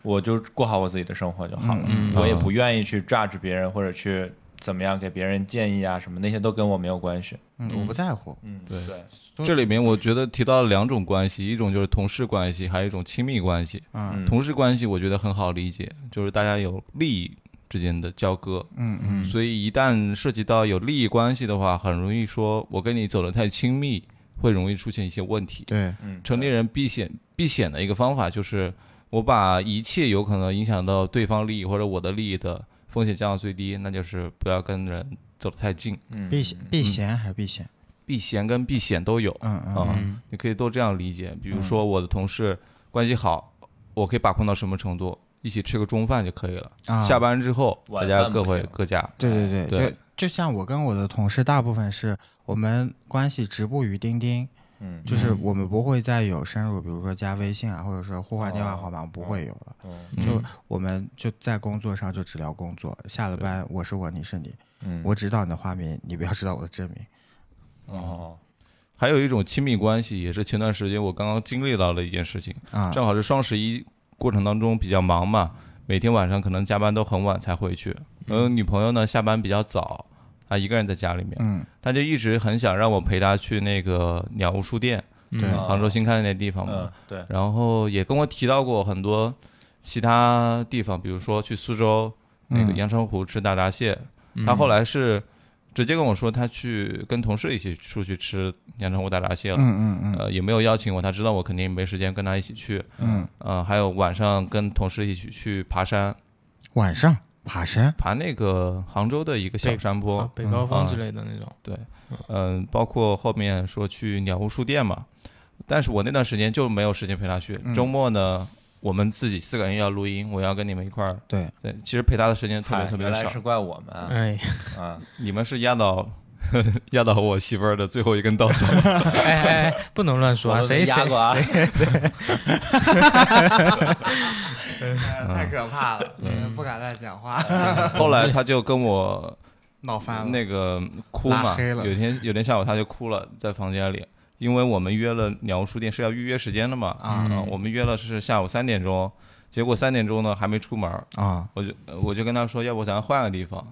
E: 我就过好我自己的生活就好了。
B: 嗯
E: 我也
C: 嗯
E: 不愿意去 judge 别人或者去怎么样给别人建议啊什么，那些都跟我没有关系。
D: 嗯，我不在乎。
E: 嗯，
C: 对
E: 对
C: 这里面我觉得提到了两种关系，一种就是同事关系，还有一种亲密关系。
D: 嗯
E: 嗯
C: 同事关系我觉得很好理解，就是大家有利益之间的交割，
D: 嗯嗯
C: 所以一旦涉及到有利益关系的话，很容易说我跟你走得太亲密，会容易出现一些问题。
D: 对，
E: 嗯，
C: 成年人避险避险的一个方法就是我把一切有可能影响到对方利益或者我的利益的风险降到最低，那就是不要跟人走得太近。
E: 嗯
D: 避嫌避嫌还是避嫌？
C: 避嫌跟避险都有，
D: 嗯嗯
C: 啊
D: 嗯，
B: 嗯
C: 你可以都这样理解。比如说我的同事关系好，我可以把控到什么程度，一起吃个中饭就可以了。
D: 啊
C: 下班之后大
E: 晚
C: 家
E: 饭
C: 各
E: 不
C: 回
E: 行
C: 各家。
D: 对对
C: 对
D: 对，就就像我跟我的同事，大部分是我们关系止步于钉钉，
E: 嗯
D: 就是我们不会再有深入，比如说加微信啊，或者说互换电话号码，不会有了。
E: 嗯
D: 就我们就在工作上就只聊工作，下了班我是我，你是你，
E: 嗯
D: 我知道你的花名，你不要知道我的真名。
C: 嗯
E: 哦
C: 还有一种亲密关系，也是前段时间我刚刚经历到的一件事情，
D: 啊，
C: 正好是双十一过程当中比较忙嘛，每天晚上可能加班都很晚才回去。嗯，女朋友呢下班比较早，她一个人在家里面，
D: 嗯
C: 她就一直很想让我陪她去那个鸟屋书店，
D: 对
B: 嗯
C: 杭州新开的那地方嘛。
E: 嗯对
C: 然后也跟我提到过很多其他地方，比如说去苏州那个
D: 嗯
C: 阳澄湖吃大闸蟹，
B: 嗯
C: 他后来是直接跟我说他去跟同事一起出去吃阳澄湖大闸蟹了，
D: 嗯嗯
C: 呃，也没有邀请我，他知道我肯定没时间跟他一起去，
D: 嗯，
C: 呃，还有晚上跟同事一起去爬山，
D: 晚上爬山，
C: 爬那个杭州的一个小
B: 对
C: 山坡
B: 啊，北高峰
C: 啊
B: 之类的那种。
C: 嗯、包括后面说去鸟屋书店嘛，但是我那段时间就没有时间陪他去。
D: 嗯
C: 周末呢，我们自己四个人要录音，我要跟你们一块儿。
D: 对
C: 对，其实陪他的时间特别
E: 嗨
C: 特别
E: 原来
C: 少嗯
E: 是。怪我们啊
B: 哎，
E: 啊
C: 你们是压倒 压倒我媳妇儿的最后一根稻 草。
B: 哎哎，哎不能乱说啊！
E: 我们被
B: 谁
E: 压
B: 谁
E: 过啊
D: 太可怕了，不敢乱讲话，
C: 后来他就跟我
D: 闹翻了。
C: 那个哭
D: 嗯拉
C: 嘛，
D: 黑了
C: 有一天有一天下午他就哭了，在房间里，因为我们约了鸟屋书店是要预约时间的嘛，
D: 啊
C: 嗯我们约了是下午三点钟，结果三点钟呢还没出门儿，
D: 啊，
C: 我就呃我就跟他说，要不咱换个地方，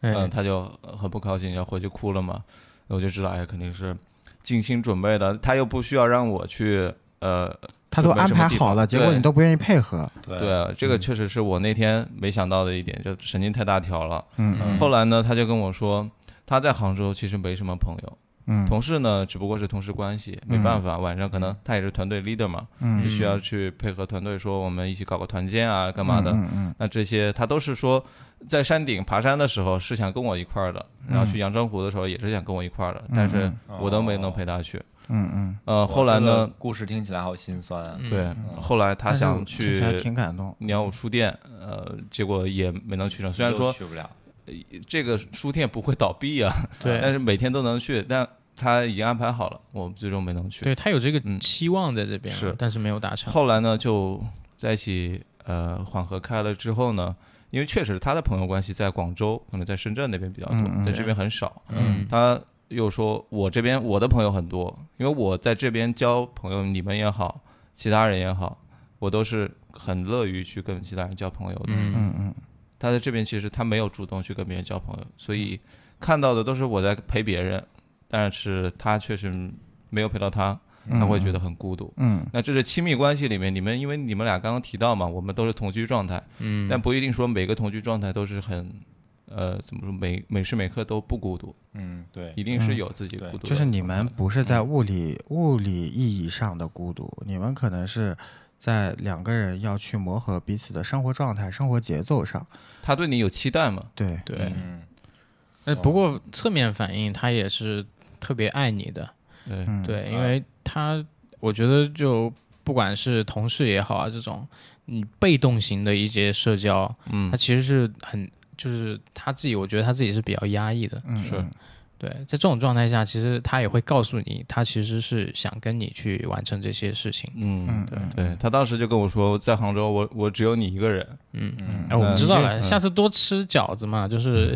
C: 嗯、
B: 哎，
C: 他就呃很不高兴，要回去哭了嘛。我就知道，哎呀，肯定是精心准备的，他又不需要让我去，呃，
D: 他都安排好了，结
C: 准备什么地方
D: 果你都不愿意配合。
E: 对
C: 对，啊这
D: 嗯
C: 个确实是我那天没想到的一点，就神经太大条了。
D: 嗯
E: 嗯
C: 后来呢，他就跟我说，他在杭州其实没什么朋友，
D: 嗯
C: 同事呢只不过是同事关系，没办法，晚上可能他也是团队 leader 嘛，就
D: 嗯
C: 需要去配合团队，说我们一起搞个团建啊，干嘛的。
D: 嗯嗯
C: 那这些他都是说，在山顶爬山的时候是想跟我一块儿的，
D: 嗯
C: 然后去阳澄湖的时候也是想跟我一块儿的，但是我都没能陪他去。
D: 嗯嗯，
C: 呃，后来
E: 这个
C: 呢，嗯
E: 故事听起来好心酸
B: 嗯
E: 啊。
C: 对，后来他想
D: 但是我听起来
C: 去
D: 挺感动。
C: 鸟屋书店，呃，结果也没能去成。虽然
E: 又
C: 说
E: 去不了，
C: 呃这个书店不会倒闭啊，
B: 对
C: 但是每天都能去，但他已经安排好了，我们最终没能去。
B: 对他有这个
C: 嗯
B: 期望在这边了，啊
C: 是
B: 但是没有达成。
C: 后来呢，就在一起呃缓和开了之后呢，因为确实他的朋友关系在广州，可能在深圳那边比较多，
D: 嗯嗯
C: 在这边很少。
B: 嗯，
C: 他又说我这边我的朋友很多，因为我在这边交朋友，你们也好，其他人也好，我都是很乐于去跟其他人交朋友的。
B: 嗯
D: 嗯嗯，
C: 他在这边其实他没有主动去跟别人交朋友，所以看到的都是我在陪别人，但是他确实没有陪到他，
D: 嗯
C: 他会觉得很孤独。
D: 嗯
C: 那这是亲密关系里面，你们因为你们俩刚刚提到嘛，我们都是同居状态，
B: 嗯，
C: 但不一定说每个同居状态都是很，呃，怎么说每每时每刻都不孤独，
E: 嗯，对，
C: 一定是有自己孤独的。
D: 就是你们不是在物理物理意义上的孤独，你们可能是在两个人要去磨合彼此的生活状态、生活节奏上。
C: 他对你有期待嘛？
D: 对，
B: 对。
E: 嗯，
B: 呃，
C: 哦
B: 不过侧面反映他也是特别爱你的，
C: 对，
D: 嗯，
B: 对，因
E: 啊
B: 为他我觉得就不管是同事也好啊，这种你被动型的一些社交，
C: 嗯
B: 他，其实是很就是他自己，我觉得他自己是比较压抑的。
D: 嗯，嗯
C: 是
B: 对，在这种状态下，其实他也会告诉你，他其实是想跟你去完成这些事情。
C: 嗯
D: 嗯，对，
C: 对他当时就跟我说，在杭州我我只有你一个人，
B: 嗯，
E: 嗯
B: 哎，我们
C: 那
B: 知道
C: 这
B: 了，
C: 嗯
B: 下次多吃饺子嘛，就是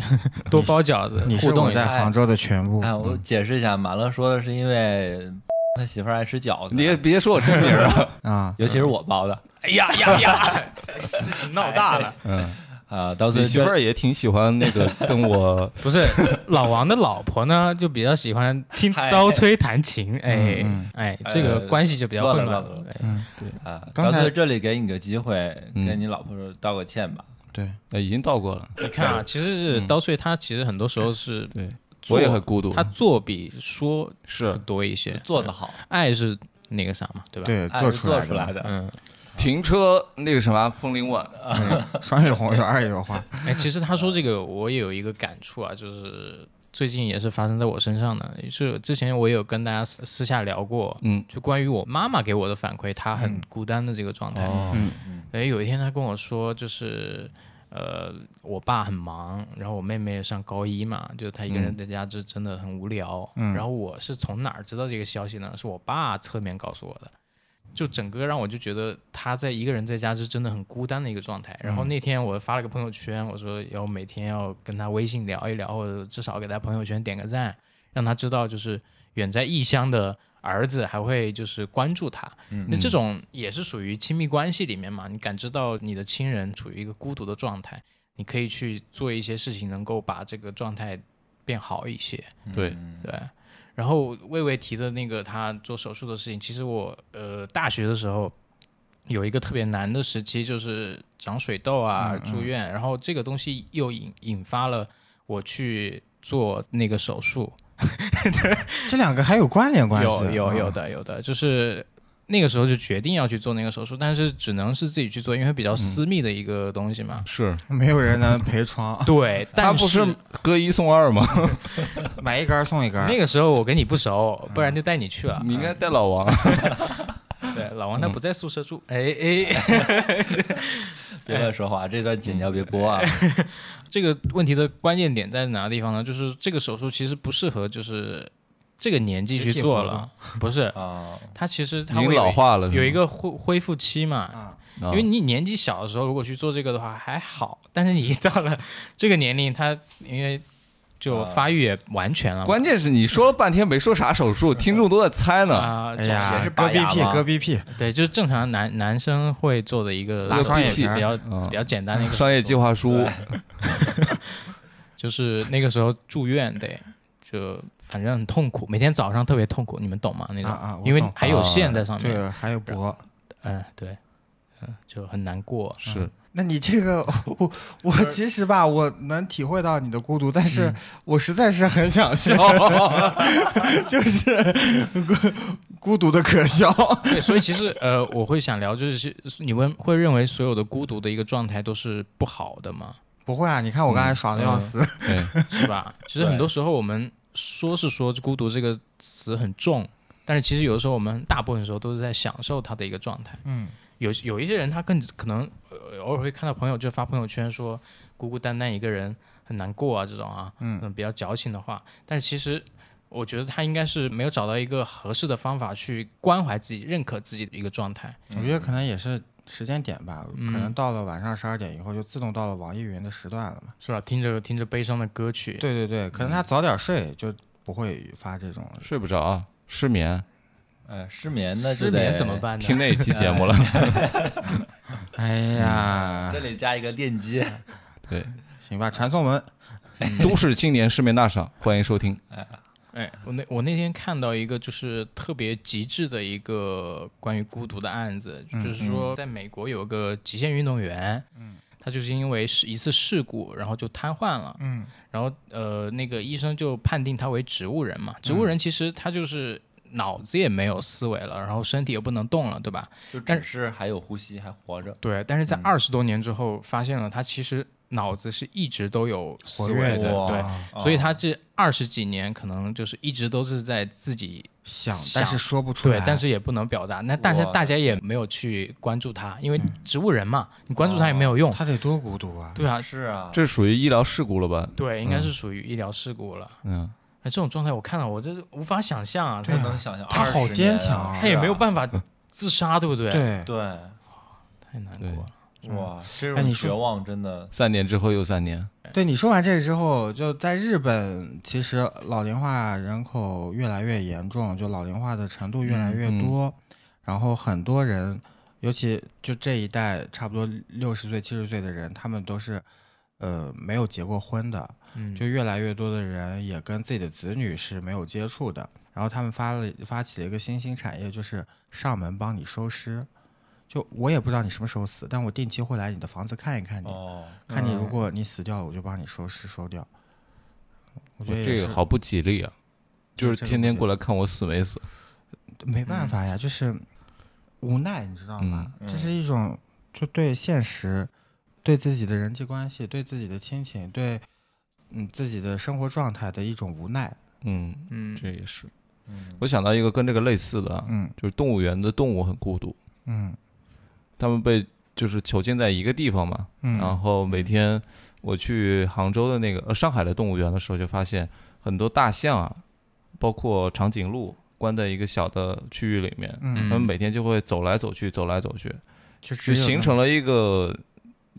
B: 多包饺 子
D: 你
B: 互
D: 是
B: 动
D: 我
B: 一下。
D: 在杭州的全部。
E: 哎，我解释一下，马乐说的是因为他媳妇儿爱吃饺子，
C: 你也别说我真名了，
D: 嗯啊，
E: 尤其是我包的，
B: 哎呀呀呀，这 事情闹大了。
D: 嗯
E: 啊，到最
C: 你
E: 后
C: 媳妇
E: 就
C: 儿也挺喜欢那个跟我
B: 不是老王的老婆呢，就比较喜欢听
E: 嗨
B: 刀吹弹琴，哎
D: 嗯
B: 哎，这个关系就比较混乱
E: 乱了乱了
B: 哎
E: 啊，
D: 刚才
E: 到最后这里给你个机会，
C: 嗯
E: 跟你老婆说道个歉吧。
D: 对，
C: 呃已经到过了，
B: 你看啊，其实是刀吹，他其实很多时候是
C: 嗯对
B: 做
C: 我也很孤独
B: 他，做比说
C: 是
B: 多一些，
E: 做得好，
B: 爱是那个啥嘛，对吧？，
D: 对，
E: 爱
D: 做
E: 是
D: 出
E: 哎做
D: 来
E: 出来
D: 的。
E: 的，
B: 嗯，
C: 停车那个什么风铃晚，
D: 双月红有二月花，
B: 哎，其实他说这个我也有一个感触啊，就是最近也是发生在我身上的，是之前我也有跟大家私私下聊过，
C: 嗯，
B: 就关于我妈妈给我的反馈，她很孤单的这个状态，
C: 哦，
B: 哎，有一天他跟我说，就是呃，我爸很忙，然后我妹妹上高一嘛，就她一
C: 嗯
B: 个人在家就真的很无聊。
D: 嗯
B: 然后我是从哪儿知道这个消息呢？是我爸侧面告诉我的。就整个让我就觉得他在一个人在家是真的很孤单的一个状态。然后那天我发了个朋友圈，我说要每天要跟他微信聊一聊，或者至少给他朋友圈点个赞，让他知道就是远在异乡的儿子还会就是关注他。那这种也是属于亲密关系里面嘛，你感知到你的亲人处于一个孤独的状态，你可以去做一些事情，能够把这个状态变好一些。
C: 对，
E: 嗯
B: 对。然后魏魏提的那个他做手术的事情，其实我呃大学的时候有一个特别难的时期，就是长水痘啊，
C: 嗯
B: 住院，然后这个东西又引引发了我去做那个手术，
D: 这两个还有关联关
B: 有
D: 系，
C: 啊
B: 有有
D: 嗯，
B: 的有的，就是那个时候就决定要去做那个手术，但是只能是自己去做，因为比
C: 嗯
B: 较私密的一个东西嘛。
C: 是
D: 啊没有人能陪床，
B: 对，
C: 哦他
B: 但
C: 不是割一送二吗？
D: 买一根儿送一根儿。
B: 那个时候我跟你不熟，不然就带你去了。
C: 你应该带老王，
B: 对老王他
C: 嗯
B: 不在宿舍住，哎哎。
E: 别乱说话，这段剪掉别播啊。
B: 这个问题的关键点在哪个地方呢？就是这个手术其实不适合，就是这个年纪去做了，不 是？
E: 啊，
B: 它其实
C: 已
B: 它会
C: 经
B: 有
C: 老
B: 一
C: 化了，
B: 有一个恢恢复期嘛。
D: 啊，
C: 是吗，
B: 因为你年纪小的时候如果去做这个的话还好，但是你一到了这个年龄，它因为就发育也完全了
C: 啊
B: 嘛，
C: 关键是你说了半天没说啥手术，听众都在猜呢，
B: 啊，
D: 哎
E: 也
D: 呀
E: 是，
D: 割
E: 拔牙
D: BP
E: 吗
D: 割 BP，
B: 对，就是正常男男生会做的一个
D: 拉双眼
B: 比
D: 皮儿
B: 较
C: 嗯
B: 比较简单的一个
C: 商业计划书，
B: 就是那个时候住院得，就反正很痛苦，每天早上特别痛苦，你们懂吗？那种，
D: 啊啊我
B: 因为
D: 懂
B: 还有线在上面，
D: 对，还有脖。
B: 嗯、对，嗯、就很难过。
C: 是
D: 那你这个，我我其实吧，我能体会到你的孤独，但是我实在是很想笑，就是孤孤独的可笑。
B: 对，所以其实呃，我会想聊，就是你们会认为所有的孤独的一个状态都是不好的吗？
D: 不会啊，你看我刚才爽的要死，
C: 对，
B: 是吧？其实很多时候我们说是说孤独这个词很重，但是其实有的时候我们大部分时候都是在享受它的一个状态。
D: 嗯，
B: 有有一些人他更可能、呃、偶尔会看到朋友就发朋友圈说孤孤单单一个人很难过啊这种啊，
D: 嗯
B: 比较矫情的话，但其实我觉得他应该是没有找到一个合适的方法去关怀自己、认可自己的一个状态。
D: 我觉得可能也是时间点吧，
B: 嗯
D: 可能到了晚上十二点以后就自动到了网易云的时段了嘛。
B: 是吧？听着听着悲伤的歌曲，
D: 对嗯对对，可能他早点睡就不会发这种。
C: 睡不着，啊失眠，
E: 呃，失眠那就
B: 失
E: 得
B: 眠怎么？办呢？
C: 听那一期节目了。
D: 哎呀
E: 这，里加一个链接，
C: 对，
D: 行吧，传送门
C: 都市青年失眠大赏，欢迎收听。
B: 哎，我那我那天看到一个就是特别极致的一个关于孤独的案子，就是说在美国有个极限运动员，嗯，他就是因为是一次事故，然后就瘫痪了，
D: 嗯，
B: 然后呃那个医生就判定他为植物人嘛，植物人其实他就是脑子也没有思维了，然后身体也不能动了，对吧？嗯
E: 就
B: 但
E: 只是还有呼吸，还活着。
B: 对，但是在二十多年之后，发现了他其实脑子是一直都有思
D: 活
B: 维
D: 跃
B: 的，
D: 的，
E: 哇
B: 对。
E: 哦
B: 所以他这二十几年可能就是一直都是在自己
D: 想
B: 想
D: 但是说不出来。
B: 对，但是也不能表达。那但是
E: 哇
B: 大家也没有去关注他，因为植物人嘛，你关注嗯哦他也没有用。
D: 他得多孤独啊！
B: 对啊，
E: 是啊，
C: 这属于医疗事故了吧？
B: 对，应该是属于医疗事故了。
C: 嗯，
B: 哎，这种状态我看了，我这无法想象啊。
E: 不
B: 他
E: 能想象
D: 他
E: 20
D: 好
E: 年
D: 坚强啊
E: 啊，
B: 他也没有
E: 法。
B: 办法自杀，对不对？，
D: 对，
E: 对，
B: 太难过了。
E: 哇，这
D: 哎
E: 种
D: 你
E: 绝
D: 说
E: 望真的，
C: 三年之后又三年，
D: 对，你说完这个之后，就在日本，其实老龄化人口越来越严重，就老龄化的程度越来越多，然后很多人，尤其就这一代，差不多六十岁、七十岁的人，他们都是呃没有结过婚的，
B: 嗯，
D: 就越来越多的人也跟自己的子女是没有接触的，然后他们发了发起了一个新兴产业，就是上门帮你收尸。就我也不知道你什么时候死，但我定期会来你的房子看一 看你，
E: 哦，
D: 看你如果你死掉了，我就帮你收尸收掉。我觉得也
C: 这
D: 是
C: 个好不吉利啊！就是天天过来看我死没死，
D: 没办法呀，就是无奈，你知道吗？
E: 嗯
D: 这是一种就对现实、对自己的人际关系、对自己的亲情、对嗯自己的生活状态的一种无奈。
C: 嗯，
B: 嗯，
C: 这也是。
E: 嗯
C: 我想到一个跟这个类似的啊，
D: 嗯
C: 就是动物园的动物很孤独，
D: 嗯
C: 它们被就是囚禁在一个地方嘛，
D: 嗯，
C: 然后每天我去杭州的那个呃上海的动物园的时候，就发现很多大象啊，包括长颈鹿，关在一个小的区域里面，它
D: 嗯，
C: 们每天就会走来走去，走来走去，
D: 就
C: 就
D: 只有
C: 形
D: 那
C: 成了一个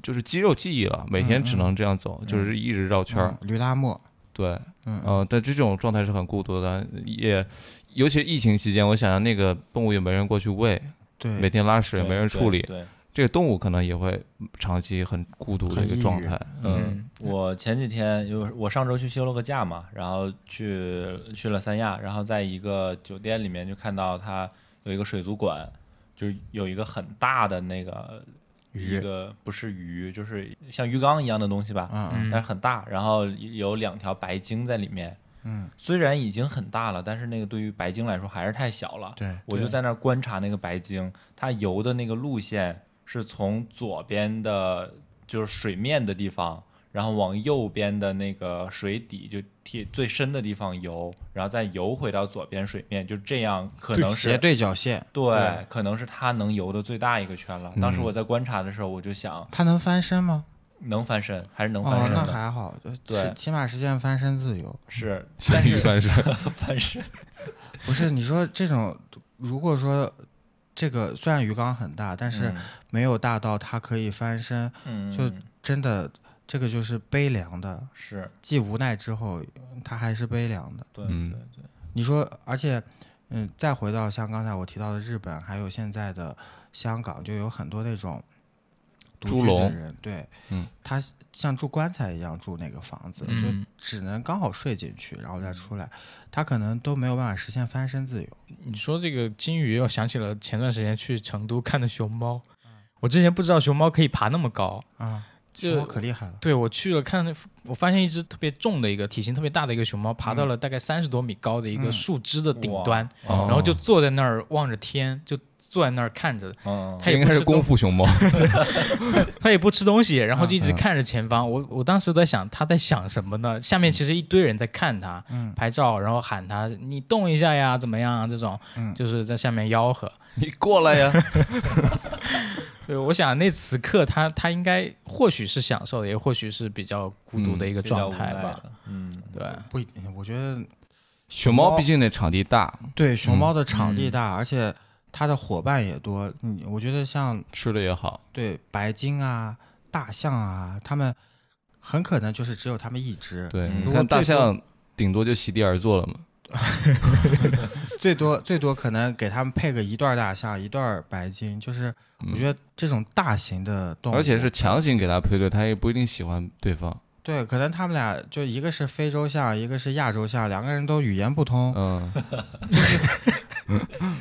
C: 就是肌肉记忆了，每天只能这样走，就是一直绕圈儿
D: 嗯。驴拉磨，
C: 对，
D: 嗯
C: 呃，但这种状态是很孤独的，也尤其疫情期间，我想想那个动物也没人过去喂，每
D: 对，
C: 天拉屎也没人处理，
E: 对，对
C: 这个动物可能也会长期很孤独的一
D: 很
C: 个
D: 抑
C: 状
D: 郁
C: 态。嗯
B: 嗯，
E: 我前几天因为我上周去休了个假嘛，然后去去了三亚，然后在一个酒店里面就看到它有一个水族馆，就是有一个很大的那个一
D: 鱼，
E: 个不是鱼，就是像鱼缸一样的东西吧，
D: 嗯
B: 哎
E: 但是很大，然后有两条白鲸在里面。
D: 嗯，
E: 虽然已经很大了，但是那个对于白鲸来说还是太小了。
D: 对
E: 我就在那儿观察那个白鲸，它游的那个路线是从左边的，就是水面的地方，然后往右边的那个水底就贴最深的地方游，然后再游回到左边水面，就这样可能是
D: 斜对角线，
E: 对可能是它能游的最大一个圈了。当时我在观察的时候，我就想，
D: 它能翻身吗？
E: 能翻身还是能翻
D: 哦，
E: 身
D: 那
E: 的，
D: 还好，就
E: 对
D: 起起码实现翻身自由。
E: 是，但
C: 鱼
E: 是
C: 翻身，
E: 翻身，
D: 不是你说这种，如果说这个虽然鱼缸很大，但
C: 嗯
D: 是没有大到它可以翻身，
E: 嗯，
D: 就
E: 嗯
D: 真的这个就是悲凉的，
E: 是
D: 既无奈之后，它还是悲凉的。
E: 对
C: 嗯
E: 对对，
D: 你说，而且，嗯，再回到像刚才我提到的日本，还有现在的香港，就有很多那种独
C: 猪
D: 居的
C: 笼
D: 人，对，
C: 嗯，
D: 他像住棺材一样住那个房子，
B: 嗯
D: 就只能刚好睡进去，然后
C: 嗯
D: 再出来，他可能都没有办法实现翻身自由。
B: 你说这个金鱼，我想起了前段时间去成都看的熊猫。我之前不知道熊猫可以爬那么高，
D: 啊，
B: 就
D: 熊猫可厉害了，
B: 对我去了看，我发现一只特别重的一个体型特别大的一个熊猫，爬到了大概三十多米高的一个
D: 嗯
B: 树枝的顶
E: 哇
B: 端，
E: 嗯
C: 哦
B: 然后就坐在那儿望着天，就坐在那儿看着，
E: 嗯，
B: 它
C: 它
B: 也
C: 应
B: 不
C: 该
B: 吃
C: 是功
B: 东，
C: 夫熊猫。
B: 它也不吃东西，然后就一直
C: 嗯
B: 看着前方。我我当时在想，它在想什么呢？下面其实一堆人在看它，
D: 嗯
B: 拍照，然后喊它，你动一下呀，怎么样啊？这种，
D: 嗯
B: 就是在下面吆喝。
C: 你过来呀！
B: 对，我想那此刻他他应该或许是享受的，也或许是比较孤独的一个状态吧。，
E: 嗯，
B: 对，
D: 不一定，我觉
C: 嗯
D: 得
C: 熊猫毕竟那场地大，
D: 对熊猫的场
C: 嗯
D: 地大，而且它的伙伴也多。你我觉得像
C: 吃的也好，
D: 对白鲸啊、大象啊，它们很可能就是只有它们一只，
C: 对，
E: 嗯
C: 你
D: 如果
C: 看大
D: 最多
C: 象顶多就席地而坐了嘛，
D: 最多最多可能给它们配个一段大象、一段白鲸。就是我觉得这种大型的动
C: 嗯
D: 物，
C: 而且是强行给它配对，它也不一定喜欢对方，
D: 对，可能他们俩就一个是非洲象，一个是亚洲象，两个人都语言不通，
C: 嗯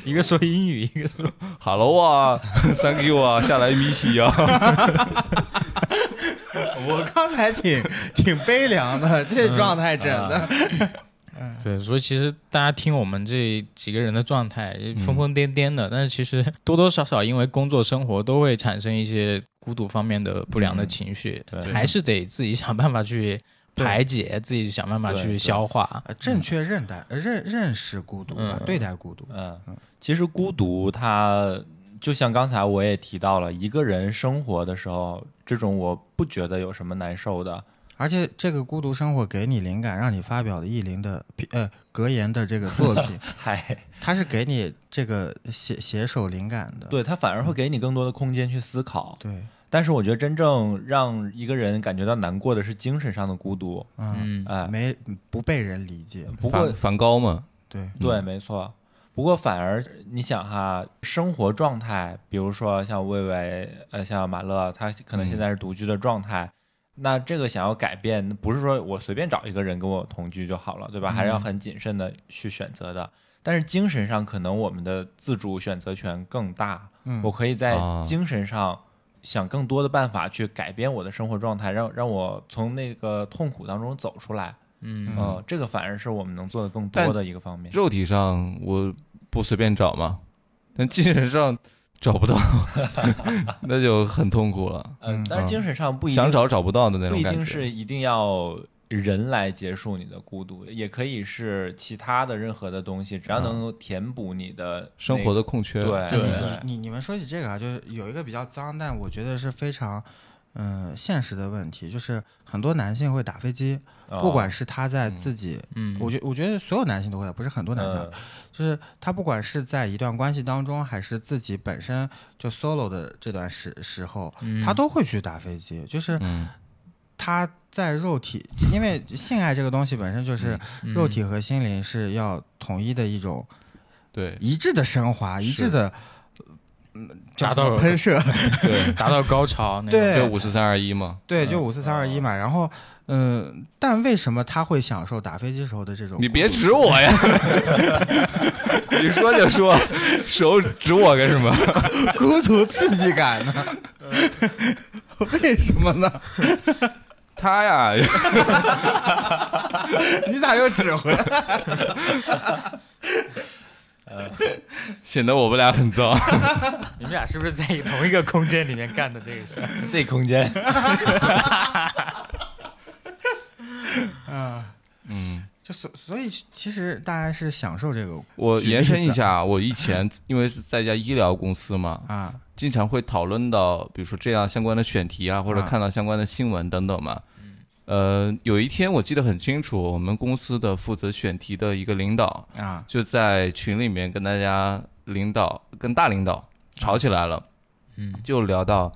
B: 一个说英语，一个说
C: ，Hello 啊，Thank you 啊，下来米西 啊，呃
D: 我刚才挺挺悲凉的，
C: 嗯
D: 这状态真
C: 啊
D: 的。
B: 对，所以其实大家听我们这几个人的状态
D: 嗯
B: 疯疯癫癫的，但是其实多多少少因为工作生活都会产生一些孤独方面的不良的情绪，
E: 嗯对
B: 还是得自己想办法去
D: 对
B: 排解，自己想办法
E: 对
B: 去
E: 对
B: 消化。
D: 呃正确认待、呃认认识孤独吧，
B: 嗯
D: 对待孤独，
E: 嗯，其实孤独它就像刚才我也提到了，一个人生活的时候，这种我不觉得有什么难受的。
D: 而且这个孤独生活给你灵感，让你发表的意林的呃格言的这个作品，
E: 嗨，
D: 它是给你这个写写手灵感的。
E: 对，它反而会给你更多的空间去思考。
D: 对，
E: 但是我觉得真正让一个人感觉到难过的是精神上的孤独。
B: 嗯，
D: 嗯，
E: 哎，
D: 没不被人理解。
E: 不过
C: 梵梵高嘛，
D: 对，
E: 对，没错。不过反而你想哈，生活状态，比如说像魏巍，呃，像马乐，他可能现在是独居的状态。那这个想要改变，不是说我随便找一个人跟我同居就好了，对吧？还是要很谨慎的去选择的。但是精神上，可能我们的自主选择权更大。
D: 嗯
E: 我可以在
C: 啊
E: 精神上想更多的办法去改变我的生活状态，让让我从那个痛苦当中走出来。
B: 嗯
E: 呃这个反而是我们能做的更
C: 但
E: 多的一个方面。
C: 肉体上我不随便找嘛，但精神上找不到，那就很痛苦了，
E: 嗯
D: 嗯，
E: 但是精神上不一定
C: 想找找不到的那
E: 不
C: 种
E: 一
C: 感
E: 定
C: 觉。
E: 是一定要人来结束你的孤独，也可以是其他的任何的东西，只要能够填补你的那个
C: 嗯生活的空缺，
E: 对
B: 对
D: 嗯你你你们说起这个啊，就是有一个比较脏，但我觉得是非常。嗯，现实的问题就是很多男性会打飞机，
E: 哦
D: 不管是他在自己，
B: 嗯，呃
D: 我觉我觉得所有男性都会，不是很多男性啊，
E: 嗯
D: 就是他不管是在一段关系当中，还是自己本身就 solo 的这段时时候，
B: 嗯
D: 他都会去打飞机。就是
C: 嗯，
D: 他在肉体，因为性爱这个东西本身就是
B: 嗯
D: 肉体和心灵是要统一的一种
C: 对
D: 一致的升华，一致
C: 是
D: 的。嗯，叫
B: 达
D: 什
B: 到
D: 么喷射，
C: 对
B: 达到高潮那种。
D: 对
C: 就五四三二一嘛，
D: 对，就五四三二一嘛。然后，嗯，但为什么他会享受打飞机时候的这种？
C: 你别指我 呀！你说就说，手指我干什么？
D: 孤独刺激感呢？ 为什么呢？
C: 他呀，
D: 你咋又指回来？
C: 显得我们俩很脏。
B: 你们俩是不是在同一个空间里面干的这个事儿？
E: Z 空 间，
C: 嗯，
D: 就所所以，其实大家是享受这个
C: 我延伸一
D: 举例子
C: 下啊，我以前因为是在一家医疗公司嘛，
D: 啊，
C: 经常会讨论到，比如说这样相关的选题啊，或者
D: 啊嗯
C: 看到相关的新闻等等嘛。呃，有一天我记得很清楚，我们公司的负责选题的一个领导，
D: 啊，
C: 就在群里面跟大家领导跟大领导吵起来了，
B: 嗯，
C: 就聊到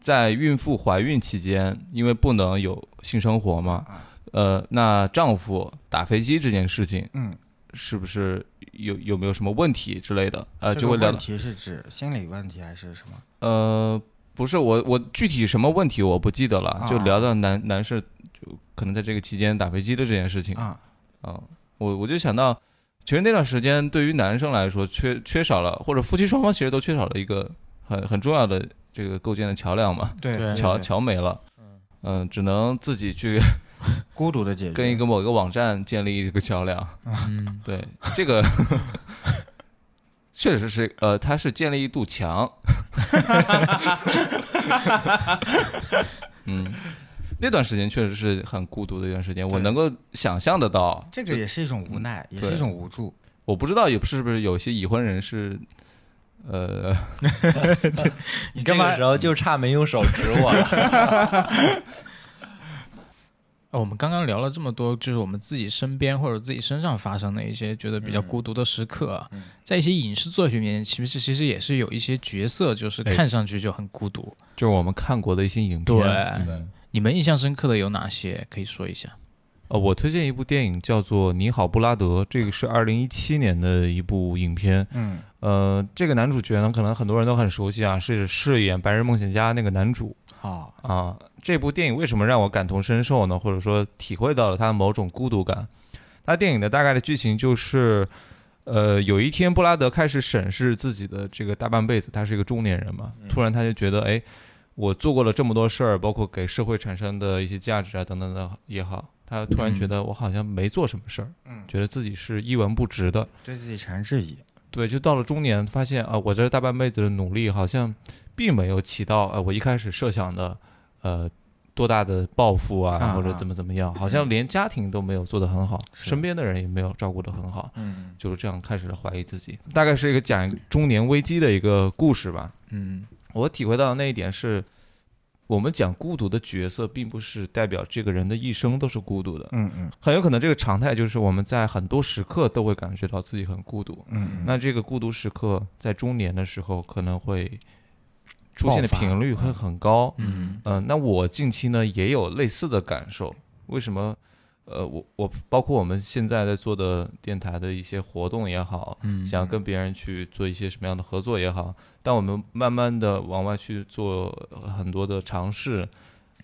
C: 在孕妇怀孕期间，因为不能有性生活嘛，
D: 啊
C: 呃，那丈夫打飞机这件事情
D: 嗯，
C: 是不是有有没有什么问题之类的？呃，
D: 这
C: 就
D: 个
C: 会聊
D: 问
C: 到
D: 题是指心理问题还是什么？
C: 呃，不是我我具体什么问题我不记得了，
D: 啊
C: 就聊到男男士就可能在这个期间打飞机的这件事情
D: 啊，
C: 啊，我我就想到，其实那段时间对于男生来说缺缺少了，或者夫妻双方其实都缺少了一个很很重要的这个构建的桥梁嘛，
D: 对，
B: 对
D: 对
C: 桥
D: 对
C: 桥没了。嗯，只能自己去
D: 孤独的解决，
C: 跟一个某个网站建立一个桥梁。
B: 嗯，
C: 对，这个确实是，呃，它是建立一堵墙。嗯，那段时间确实是很孤独的一段时间，我
D: 对
C: 能够想象得到，
D: 这个也是一种无奈，也是
C: 对
D: 一种无助。
C: 我不知道有是不是有些已婚人士呃，
E: 你
D: 干嘛
E: 这个时候就差没用手指我 了。
B: 哦，我们刚刚聊了这么多，就是我们自己身边或者自己身上发生的一些觉得比较孤独的时刻啊，在一些影视作品里面，其实其实也是有一些角色，就是
C: 哎
B: 看上去就很孤独。
C: 就是我们看过的一些影片。
B: 对啊
C: 嗯
B: 你们印象深刻的有哪些？可以说一下。
C: 呃，我推荐一部电影叫做《你好，布拉德》，这个是二零一七年的一部影片。
D: 嗯，
C: 呃，这个男主角呢，可能很多人都很熟悉啊，是饰演《白日梦想家》那个男主
D: 哦，
C: 啊。这部电影为什么让我感同身受呢？或者说体会到了他某种孤独感？他电影的大概的剧情就是，呃，有一天布拉德开始审视自己的这个大半辈子，他是一个中年人嘛，突然他就觉得，哎，我做过了这么多事儿，包括给社会产生的一些价值啊，等等的也好，他突然觉得我好像没做什么事儿，
D: 嗯
C: 觉得自己是一文不值的。
D: 对自己产生质疑，
C: 对，就到了中年，发现啊，我这大半辈子的努力好像并没有起到呃我一开始设想的呃多大的抱负啊，嗯
D: 啊
C: 或者怎么怎么样，好像连家庭都没有做得很好，
D: 是
C: 身边的人也没有照顾得很好，
E: 嗯，
C: 就是这样开始怀疑自己。大概是一个讲中年危机的一个故事吧。
B: 嗯，
C: 我体会到的那一点是，我们讲孤独的角色，并不是代表这个人的一生都是孤独的，
D: 嗯嗯
C: 很有可能这个常态就是我们在很多时刻都会感觉到自己很孤独。
D: 嗯，
C: 那这个孤独时刻在中年的时候可能会出现的
D: 爆发
C: 频率会很高。
B: 嗯
C: 嗯、那我近期呢也有类似的感受。为什么？呃，我我包括我们现在在做的电台的一些活动也好，
B: 嗯
C: 想跟别人去做一些什么样的合作也好，当我们慢慢的往外去做呃很多的尝试，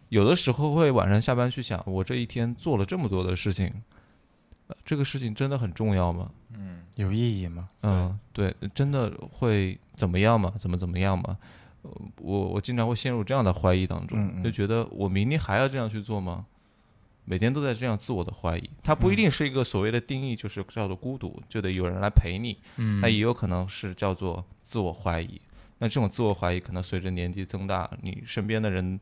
C: 有的时候会晚上下班去想，我这一天做了这么多的事情，呃这个事情真的很重要吗？
D: 有意义吗？
C: 嗯，对，真的会怎么样嘛？怎么怎么样嘛？呃我我经常会陷入这样的怀疑当中，
D: 嗯嗯
C: 就觉得我明天还要这样去做吗？每天都在这样自我的怀疑，它不一定是一个所谓的定义，就是叫做孤独，就得有人来陪你，
B: 嗯
C: 那也有可能是叫做自我怀疑。那这种自我怀疑，可能随着年纪增大，你身边的人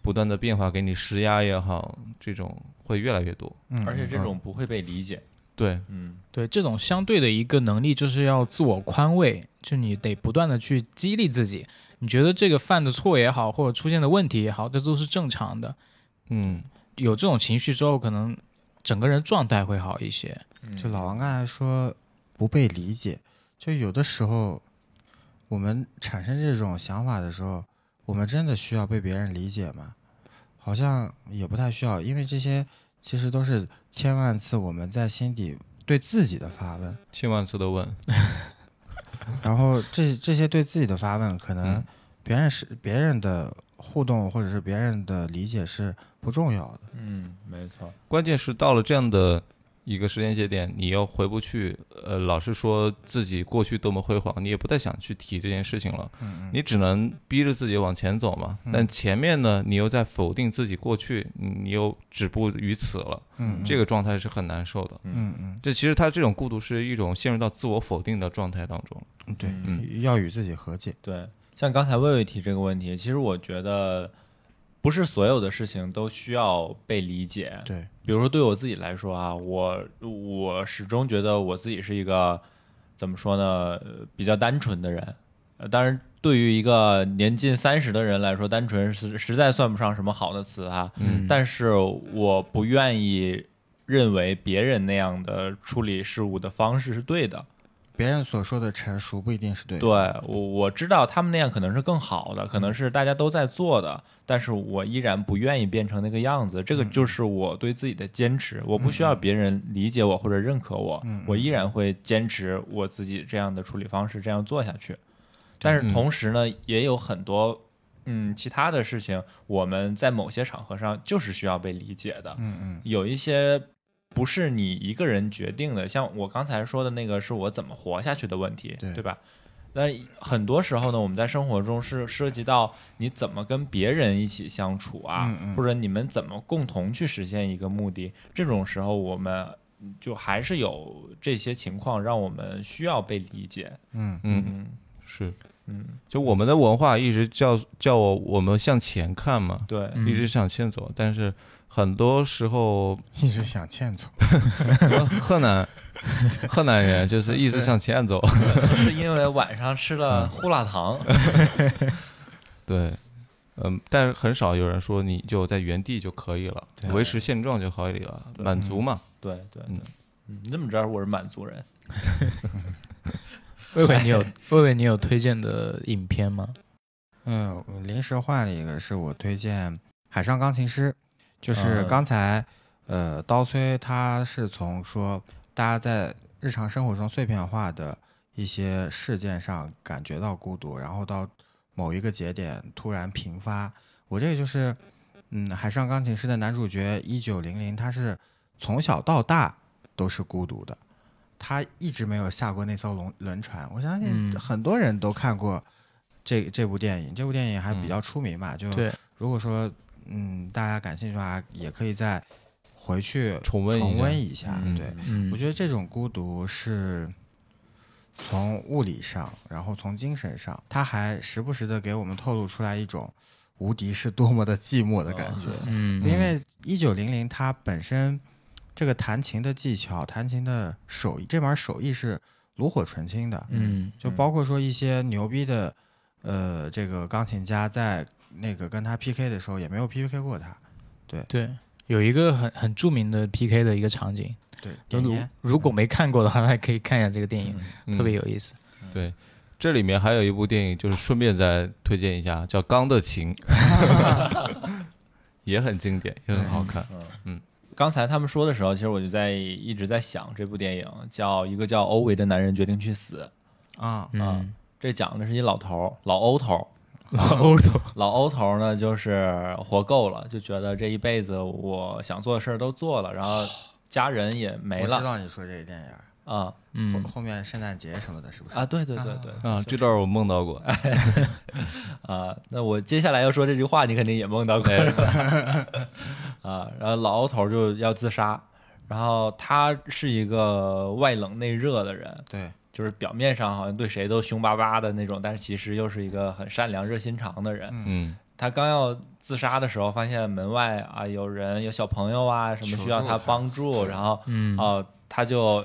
C: 不断的变化，给你施压也好，这种会越来越多。
D: 嗯，
E: 而且这种不会被理解。
C: 对，
E: 嗯，
B: 对，这种相对的一个能力就是要自我宽慰，就你得不断的去激励自己。你觉得这个犯的错也好，或者出现的问题也好，这都是正常的。
C: 嗯，
B: 有这种情绪之后，可能整个人状态会好一些。
D: 嗯
E: 嗯
D: 就老王刚才说不被理解，就有的时候我们产生这种想法的时候，我们真的需要被别人理解吗？好像也不太需要，因为这些其实都是千万次我们在心底对自己的发问，
C: 千万次的问，
D: 然后这这些对自己的发问，可能
C: 嗯
D: 别人是别人的互动或者是别人的理解是不重要的。
E: 嗯，没错。
C: 关键是到了这样的一个时间节点，你又回不去，呃，老是说自己过去多么辉煌，你也不太想去提这件事情了，
D: 嗯
C: 你只能逼着自己往前走嘛。但前面呢，你又在否定自己过去，嗯你又止步于此了，
D: 嗯
C: 这个状态是很难受的。
D: 嗯嗯
C: 这其实他这种孤独是一种陷入到自我否定的状态当中。
D: 嗯，对，
C: 嗯
D: 要与自己和解。
E: 对，像刚才魏魏提这个问题，其实我觉得不是所有的事情都需要被理解。
D: 对，
E: 比如说对我自己来说啊，我我始终觉得我自己是一个怎么说呢，呃比较单纯的人。呃，当然，对于一个年近三十的人来说，单纯是实在算不上什么好的词啊。
C: 嗯
E: 但是我不愿意认为别人那样的处理事物的方式是对的。
D: 别人所说的成熟不一定是对的。
E: 对我我知道他们那样可能是更好的，可能是大家都在做的，但是我依然不愿意变成那个样子。这个就是我对自己的坚持，我不需要别人理解我或者认可
D: 嗯
E: 我，我依然会坚持我自己这样的处理方式，这样做下去。但是同时呢，也有很多嗯其他的事情，我们在某些场合上就是需要被理解的。
D: 嗯嗯
E: 有一些不是你一个人决定的，像我刚才说的那个是我怎么活下去的问题，
D: 对
E: 吧？那很多时候呢，我们在生活中是涉及到你怎么跟别人一起相处啊，
D: 嗯嗯
E: 或者你们怎么共同去实现一个目的。这种时候，我们就还是有这些情况让我们需要被理解。
D: 嗯，
C: 嗯，
E: 嗯，
C: 是
E: 嗯，
C: 就我们的文化一直叫叫我我们向前看嘛，
E: 对，
B: 嗯
C: 一直向前走，但是很多时候
D: 一直想欠揍。
C: 河南河南人就是一直向前走，
E: 是因为晚上吃
D: 嗯
E: 了胡辣汤，
C: 对，嗯，但是很少有人说你就在原地就可以了，维持现状就可以了，
E: 对
C: 满足嘛。
E: 对对对
C: 嗯，
E: 嗯你怎么知道我是满族人？
B: 魏魏，你有 魏魏，你有推荐的影片吗？
D: 嗯，我临时换了一个，是我推荐《海上钢琴师》，就是
E: 嗯
D: 刚才、呃刀崔他是从说大家在日常生活中碎片化的一些事件上感觉到孤独，然后到某一个节点突然频发。我这个就是嗯，《海上钢琴师》的男主角一九零零，他是从小到大都是孤独的。他一直没有下过那艘轮轮船，我相信
B: 嗯
D: 很多人都看过这这部电影，这部电影还
C: 嗯
D: 比较出名嘛，就
B: 对，
D: 如果说嗯大家感兴趣的话，也可以再回去
C: 重温一下
D: 重温一下。
C: 嗯
D: 啊对，
B: 嗯
D: 我，觉得这种孤独是从物理上，然后从精神上，它还时不时的给我们透露出来一种无敌是多么的寂寞的感觉。
C: 哦
B: 嗯
D: 因为一九零零它本身这个弹琴的技巧、弹琴的手艺，这门手艺是炉火纯青的。
B: 嗯
D: 就包括说一些牛逼的，呃，这个钢琴家在那个跟他 PK 的时候也没有 PK 过他。
B: 对，有一个很很著名的 PK 的一个场景，
D: 对，点
B: 如
D: 烟
B: 如果没看过的话， 大家可以看一下这个电影，
C: 嗯
B: 特别有意思。
C: 对，这里面还有一部电影，就是顺便再推荐一下，叫《钢的琴》， 也很经典，也很好看。
E: 刚才他们说的时候，其实我就在一直在想这部电影，叫一个叫欧维的男人决定去死。
D: 啊，
E: 啊
B: 嗯，
E: 这讲的是一老头儿，老欧 头儿。
B: 老头，
E: 老欧头儿呢，就是活够了，就觉得这一辈子我想做的事儿都做了，然后家人也没
D: 我知
E: 了
D: 道你说这个电影儿，
E: 啊
B: 嗯
D: 后后面圣诞节什么的，是不是？
E: 啊！对对对对
C: 啊，这段我梦到过，
E: 啊！那我接下来要说这句话，你肯定也梦到过是吧？ 啊，然后老欧头儿就要自杀，然后他是一个外冷内热的人，
D: 对，
E: 就是表面上好像对谁都凶巴巴的那种，但是其实又是一个很善良、热心肠的人。
C: 嗯，
E: 他刚要自杀的时候，发现门外啊有人有小朋友啊什么需要他帮助，然后
B: 嗯
E: 哦、他就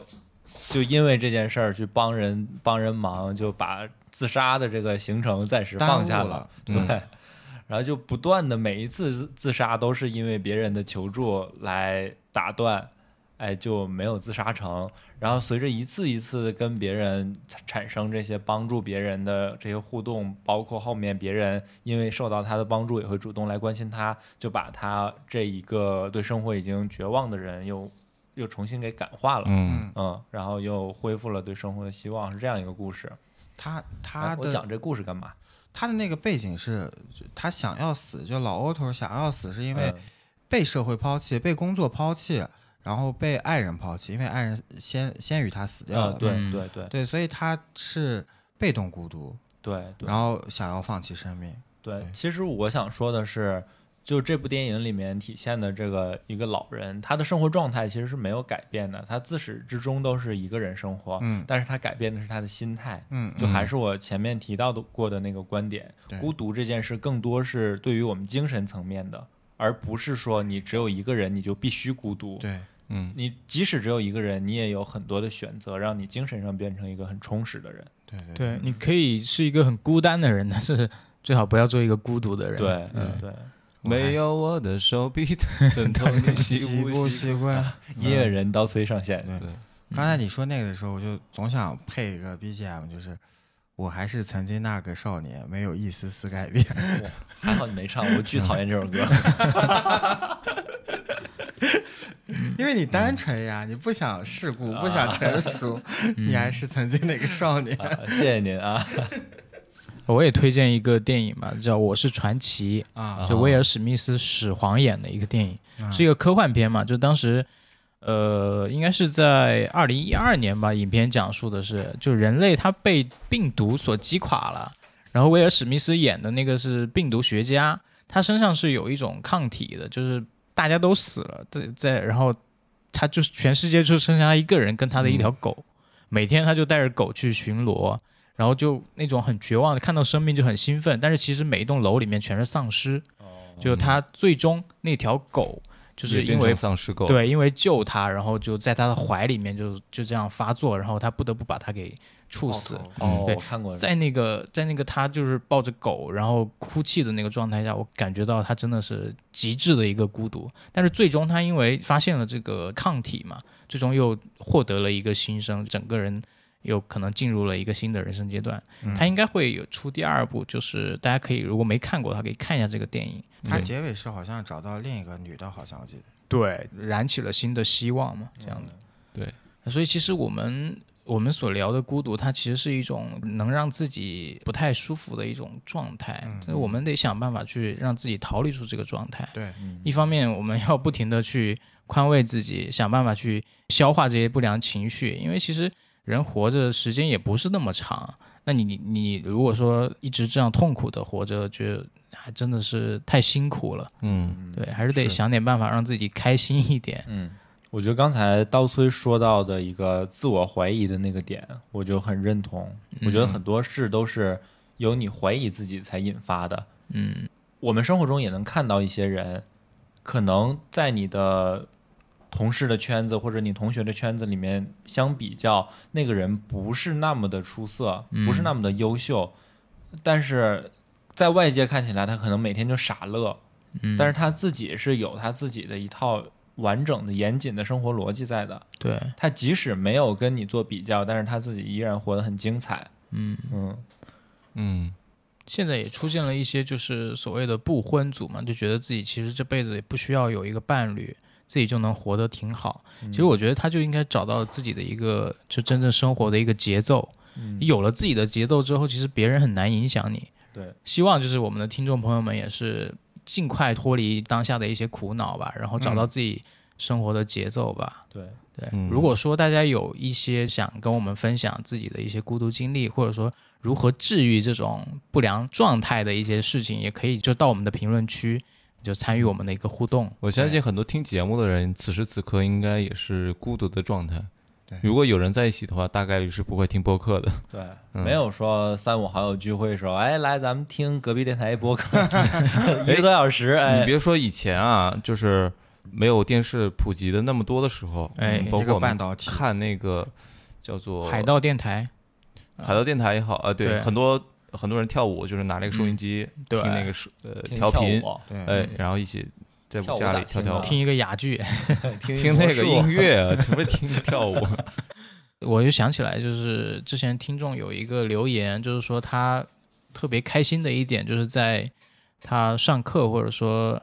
E: 就因为这件事儿去帮人帮人忙，就把自杀的这个行程暂时
D: 耽
E: 放
D: 误
E: 下
D: 了
E: 对。然后就不断的每一次自自杀都是因为别人的求助来打断，哎，就没有自杀成。然后随着一次一次跟别人产产生这些帮助别人的这些互动，包括后面别人因为受到他的帮助，也会主动来关心他，就把他这一个对生活已经绝望的人又又重新给感化了。
C: 嗯
E: 嗯然后又恢复了对生活的希望，是这样一个故事。
D: 他他
E: 哎我
D: 的
E: 讲这故事干嘛？
D: 他的那个背景是，他想要死，就老欧头想要死是因为
E: 嗯
D: 被社会抛弃、被工作抛弃，然后被爱人抛弃，因为爱人先先于他死掉
E: 啊
D: 了，嘛。
E: 对
B: 嗯
E: 对对
D: 对，所以他是被动孤独，
E: 对对
D: 然后哎想要放弃生命。
E: 对，其实我想说的是，就这部电影里面体现的这个一个老人，他的生活状态其实是没有改变的，他自始至终都是一个人生活，
D: 嗯
E: 但是他改变的是他的心态。
D: 嗯，
E: 就还是我前面提到的过的那个观点，
D: 对
E: 孤独这件事更多是对于我们精神层面的，而不是说你只有一个人你就必须孤独。
D: 对，
C: 嗯
E: 你即使只有一个人，你也有很多的选择，让你精神上变成一个很充实的人。
D: 对对
B: 对，你可以是一个很孤单的人，但是最好不要做一个孤独的人。
E: 对，
D: 嗯
E: 对，
C: 没有我的手臂枕头，你习
D: 习
C: 不
D: 不
C: 习？
D: 习惯？
E: 音乐人刀崔上线，
D: 对
C: 对，
D: 刚才你说那个的时候，我就总想配一个 BGM，就是我还是曾经那个少年，没有一丝丝改变。
E: 哇还好你没唱，我巨讨厌这首歌。
D: 因为你单纯呀，你不想世故，不想成熟， 你还是曾经那个少年。
E: 啊谢谢您啊，
B: 我也推荐一个电影吧，叫《我是传奇》
D: 啊，
B: 就威尔史密斯史皇演的一个电影，是一个科幻片嘛，就当时。呃，应该是在二零一二年吧。影片讲述的是，就人类他被病毒所击垮了，然后威尔史密斯演的那个是病毒学家，他身上是有一种抗体的，就是大家都死了，在在，然后他就是全世界就剩下他一个人跟他的一条狗，每天他就带着狗去巡逻，然后就那种很绝望的看到生命就很兴奋，但是其实每一栋楼里面全是丧尸，就是他最终那条狗就是
C: 哦也变
B: 因为
C: 成丧尸狗，，嗯
B: 对，因为救他，然后就在他的怀里面就就这样发作，然后他不得不把他给处死。
E: 哦，
B: 嗯对
E: 我看过，
B: 在那个在那个他就是抱着狗，然后哭泣的那个状态下，我感觉到他真的是极致的一个孤独。但是最终他因为发现了这个抗体嘛，最终又获得了一个新生，整个人又可能进入了一个新的人生阶段。他应该会有出第二部，就是大家可以如果没看过的话，可以看一下这个电影。
D: 他结尾是好像找到另一个女的，好像我记得。
B: 对，燃起了新的希望嘛，这样的。
C: 对
B: 所以其实我们我们所聊的孤独，它其实是一种能让自己不太舒服的一种状态，就是我们得想办法去让自己逃离出这个状态。
D: 对，
E: 嗯
B: 一方面我们要不停的去宽慰自己，想办法去消化这些不良情绪，因为其实人活着时间也不是那么长。那你你你如果说一直这样痛苦的活着，觉得还真的是太辛苦了。
C: 嗯，
B: 对，还是得想点办法让自己开心一点。
E: 嗯，我觉得刚才刀崔说到的一个自我怀疑的那个点，我就很认同。
B: 嗯
E: 我觉得很多事都是由你怀疑自己才引发的。
B: 嗯
E: 我们生活中也能看到一些人，可能在你的同事的圈子或者你同学的圈子里面相比较，那个人不是那么的出色，
B: 嗯
E: 不是那么的优秀，但是在外界看起来，他可能每天就傻乐，
B: 嗯，
E: 但是他自己是有他自己的一套完整的、严谨的生活逻辑在的。
B: 对，
E: 他即使没有跟你做比较，但是他自己依然活得很精彩。
B: 嗯，
E: 嗯，
C: 嗯，
B: 现在也出现了一些就是所谓的不婚族嘛，就觉得自己其实这辈子也不需要有一个伴侣，自己就能活得挺好。其实我觉得他就应该找到自己的一个就真正生活的一个节奏。有了自己的节奏之后，其实别人很难影响你。
E: 对，
B: 希望就是我们的听众朋友们也是尽快脱离当下的一些苦恼吧，然后找到自己生活的节奏吧。
E: 对，
B: 对，
C: 嗯
B: 如果说大家有一些想跟我们分享自己的一些孤独经历，或者说如何治愈这种不良状态的一些事情，也可以就到我们的评论区，就参与我们的一个互动。
C: 我相信很多听节目的人，此时此刻应该也是孤独的状态
D: 对。
C: 如果有人在一起的话，大概率是不会听播客的。
E: 对，
C: 嗯
E: 没有说三五好友聚会的时候，哎，来咱们听隔壁电台一播 客，一个多小时，
C: 你
E: 哎，
C: 别说以前啊，就是没有电视普及的那么多的时候，
B: 哎
C: 嗯包
D: 一个
C: 括我
D: 半
C: 们
D: 导体
C: 看那个叫做
B: 海盗电台，
C: 海盗电台也好啊，对，
B: 对
C: 很多很多人跳舞就是拿那个收音机
B: 对
C: 听那个是呃
E: 听
C: 调频，
E: 跳
D: 对，
C: 哎，然后一起在
E: 跳舞
C: 家
E: 咋
C: 里跳
E: 听
C: 跳
E: 啊
C: 舞，
B: 听一个哑剧，
E: 舞， 听
C: 听那个音
E: 乐，
C: 乐啊， 什么听跳舞，
B: 我就想起来，就是之前听众有一个留言，就是说他特别开心的一点，就是在他上课或者说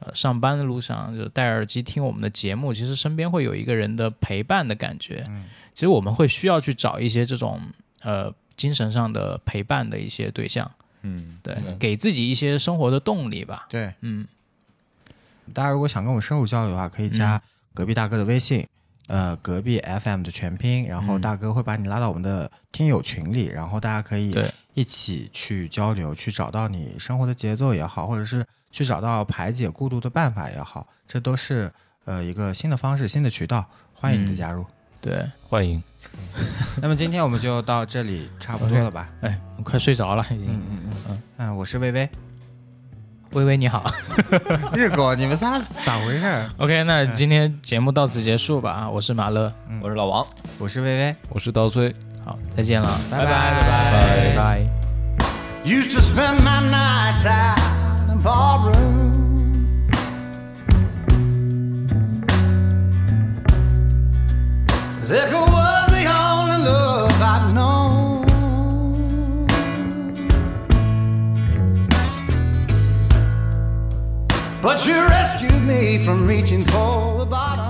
B: 呃上班的路上，就戴耳机听我们的节目，其实身边会有一个人的陪伴的感觉。
D: 嗯
B: 其实我们会需要去找一些这种呃精神上的陪伴的一些对象，
E: 嗯，
B: 对，给自己一些生活的动力吧。
D: 对，
B: 嗯，
D: 大家如果想跟我深入交流的话，可以加隔壁大哥的微信，呃，隔壁 FM 的全拼，然后大哥会把你拉到我们的听友群里，然后大家可以
B: 对
D: 一起去交流，去找到你生活的节奏也好，或者是去找到排解孤独的办法也好，这都是呃一个新的方式、新的渠道，欢迎你的加入。
B: 对，
C: 欢迎。
D: 那么今天我们就到这里，差不多 了吧？
B: 哎，我快睡着了已经。
D: 嗯，我是薇薇，
B: 微微你好
D: 日狗，你们仨咋回事？
B: ，OK，那
D: 哎
B: 今天节目到此结束吧。我是马乐，
C: 嗯
E: 我是老王。
D: 我是薇薇，
C: 我是刀崔，
B: 好，再见了，
D: 拜拜
B: 拜拜。
A: Used to spend my nights out in ballroom. Liquor was the only love I'd known. But you rescued me from reaching for the bottom.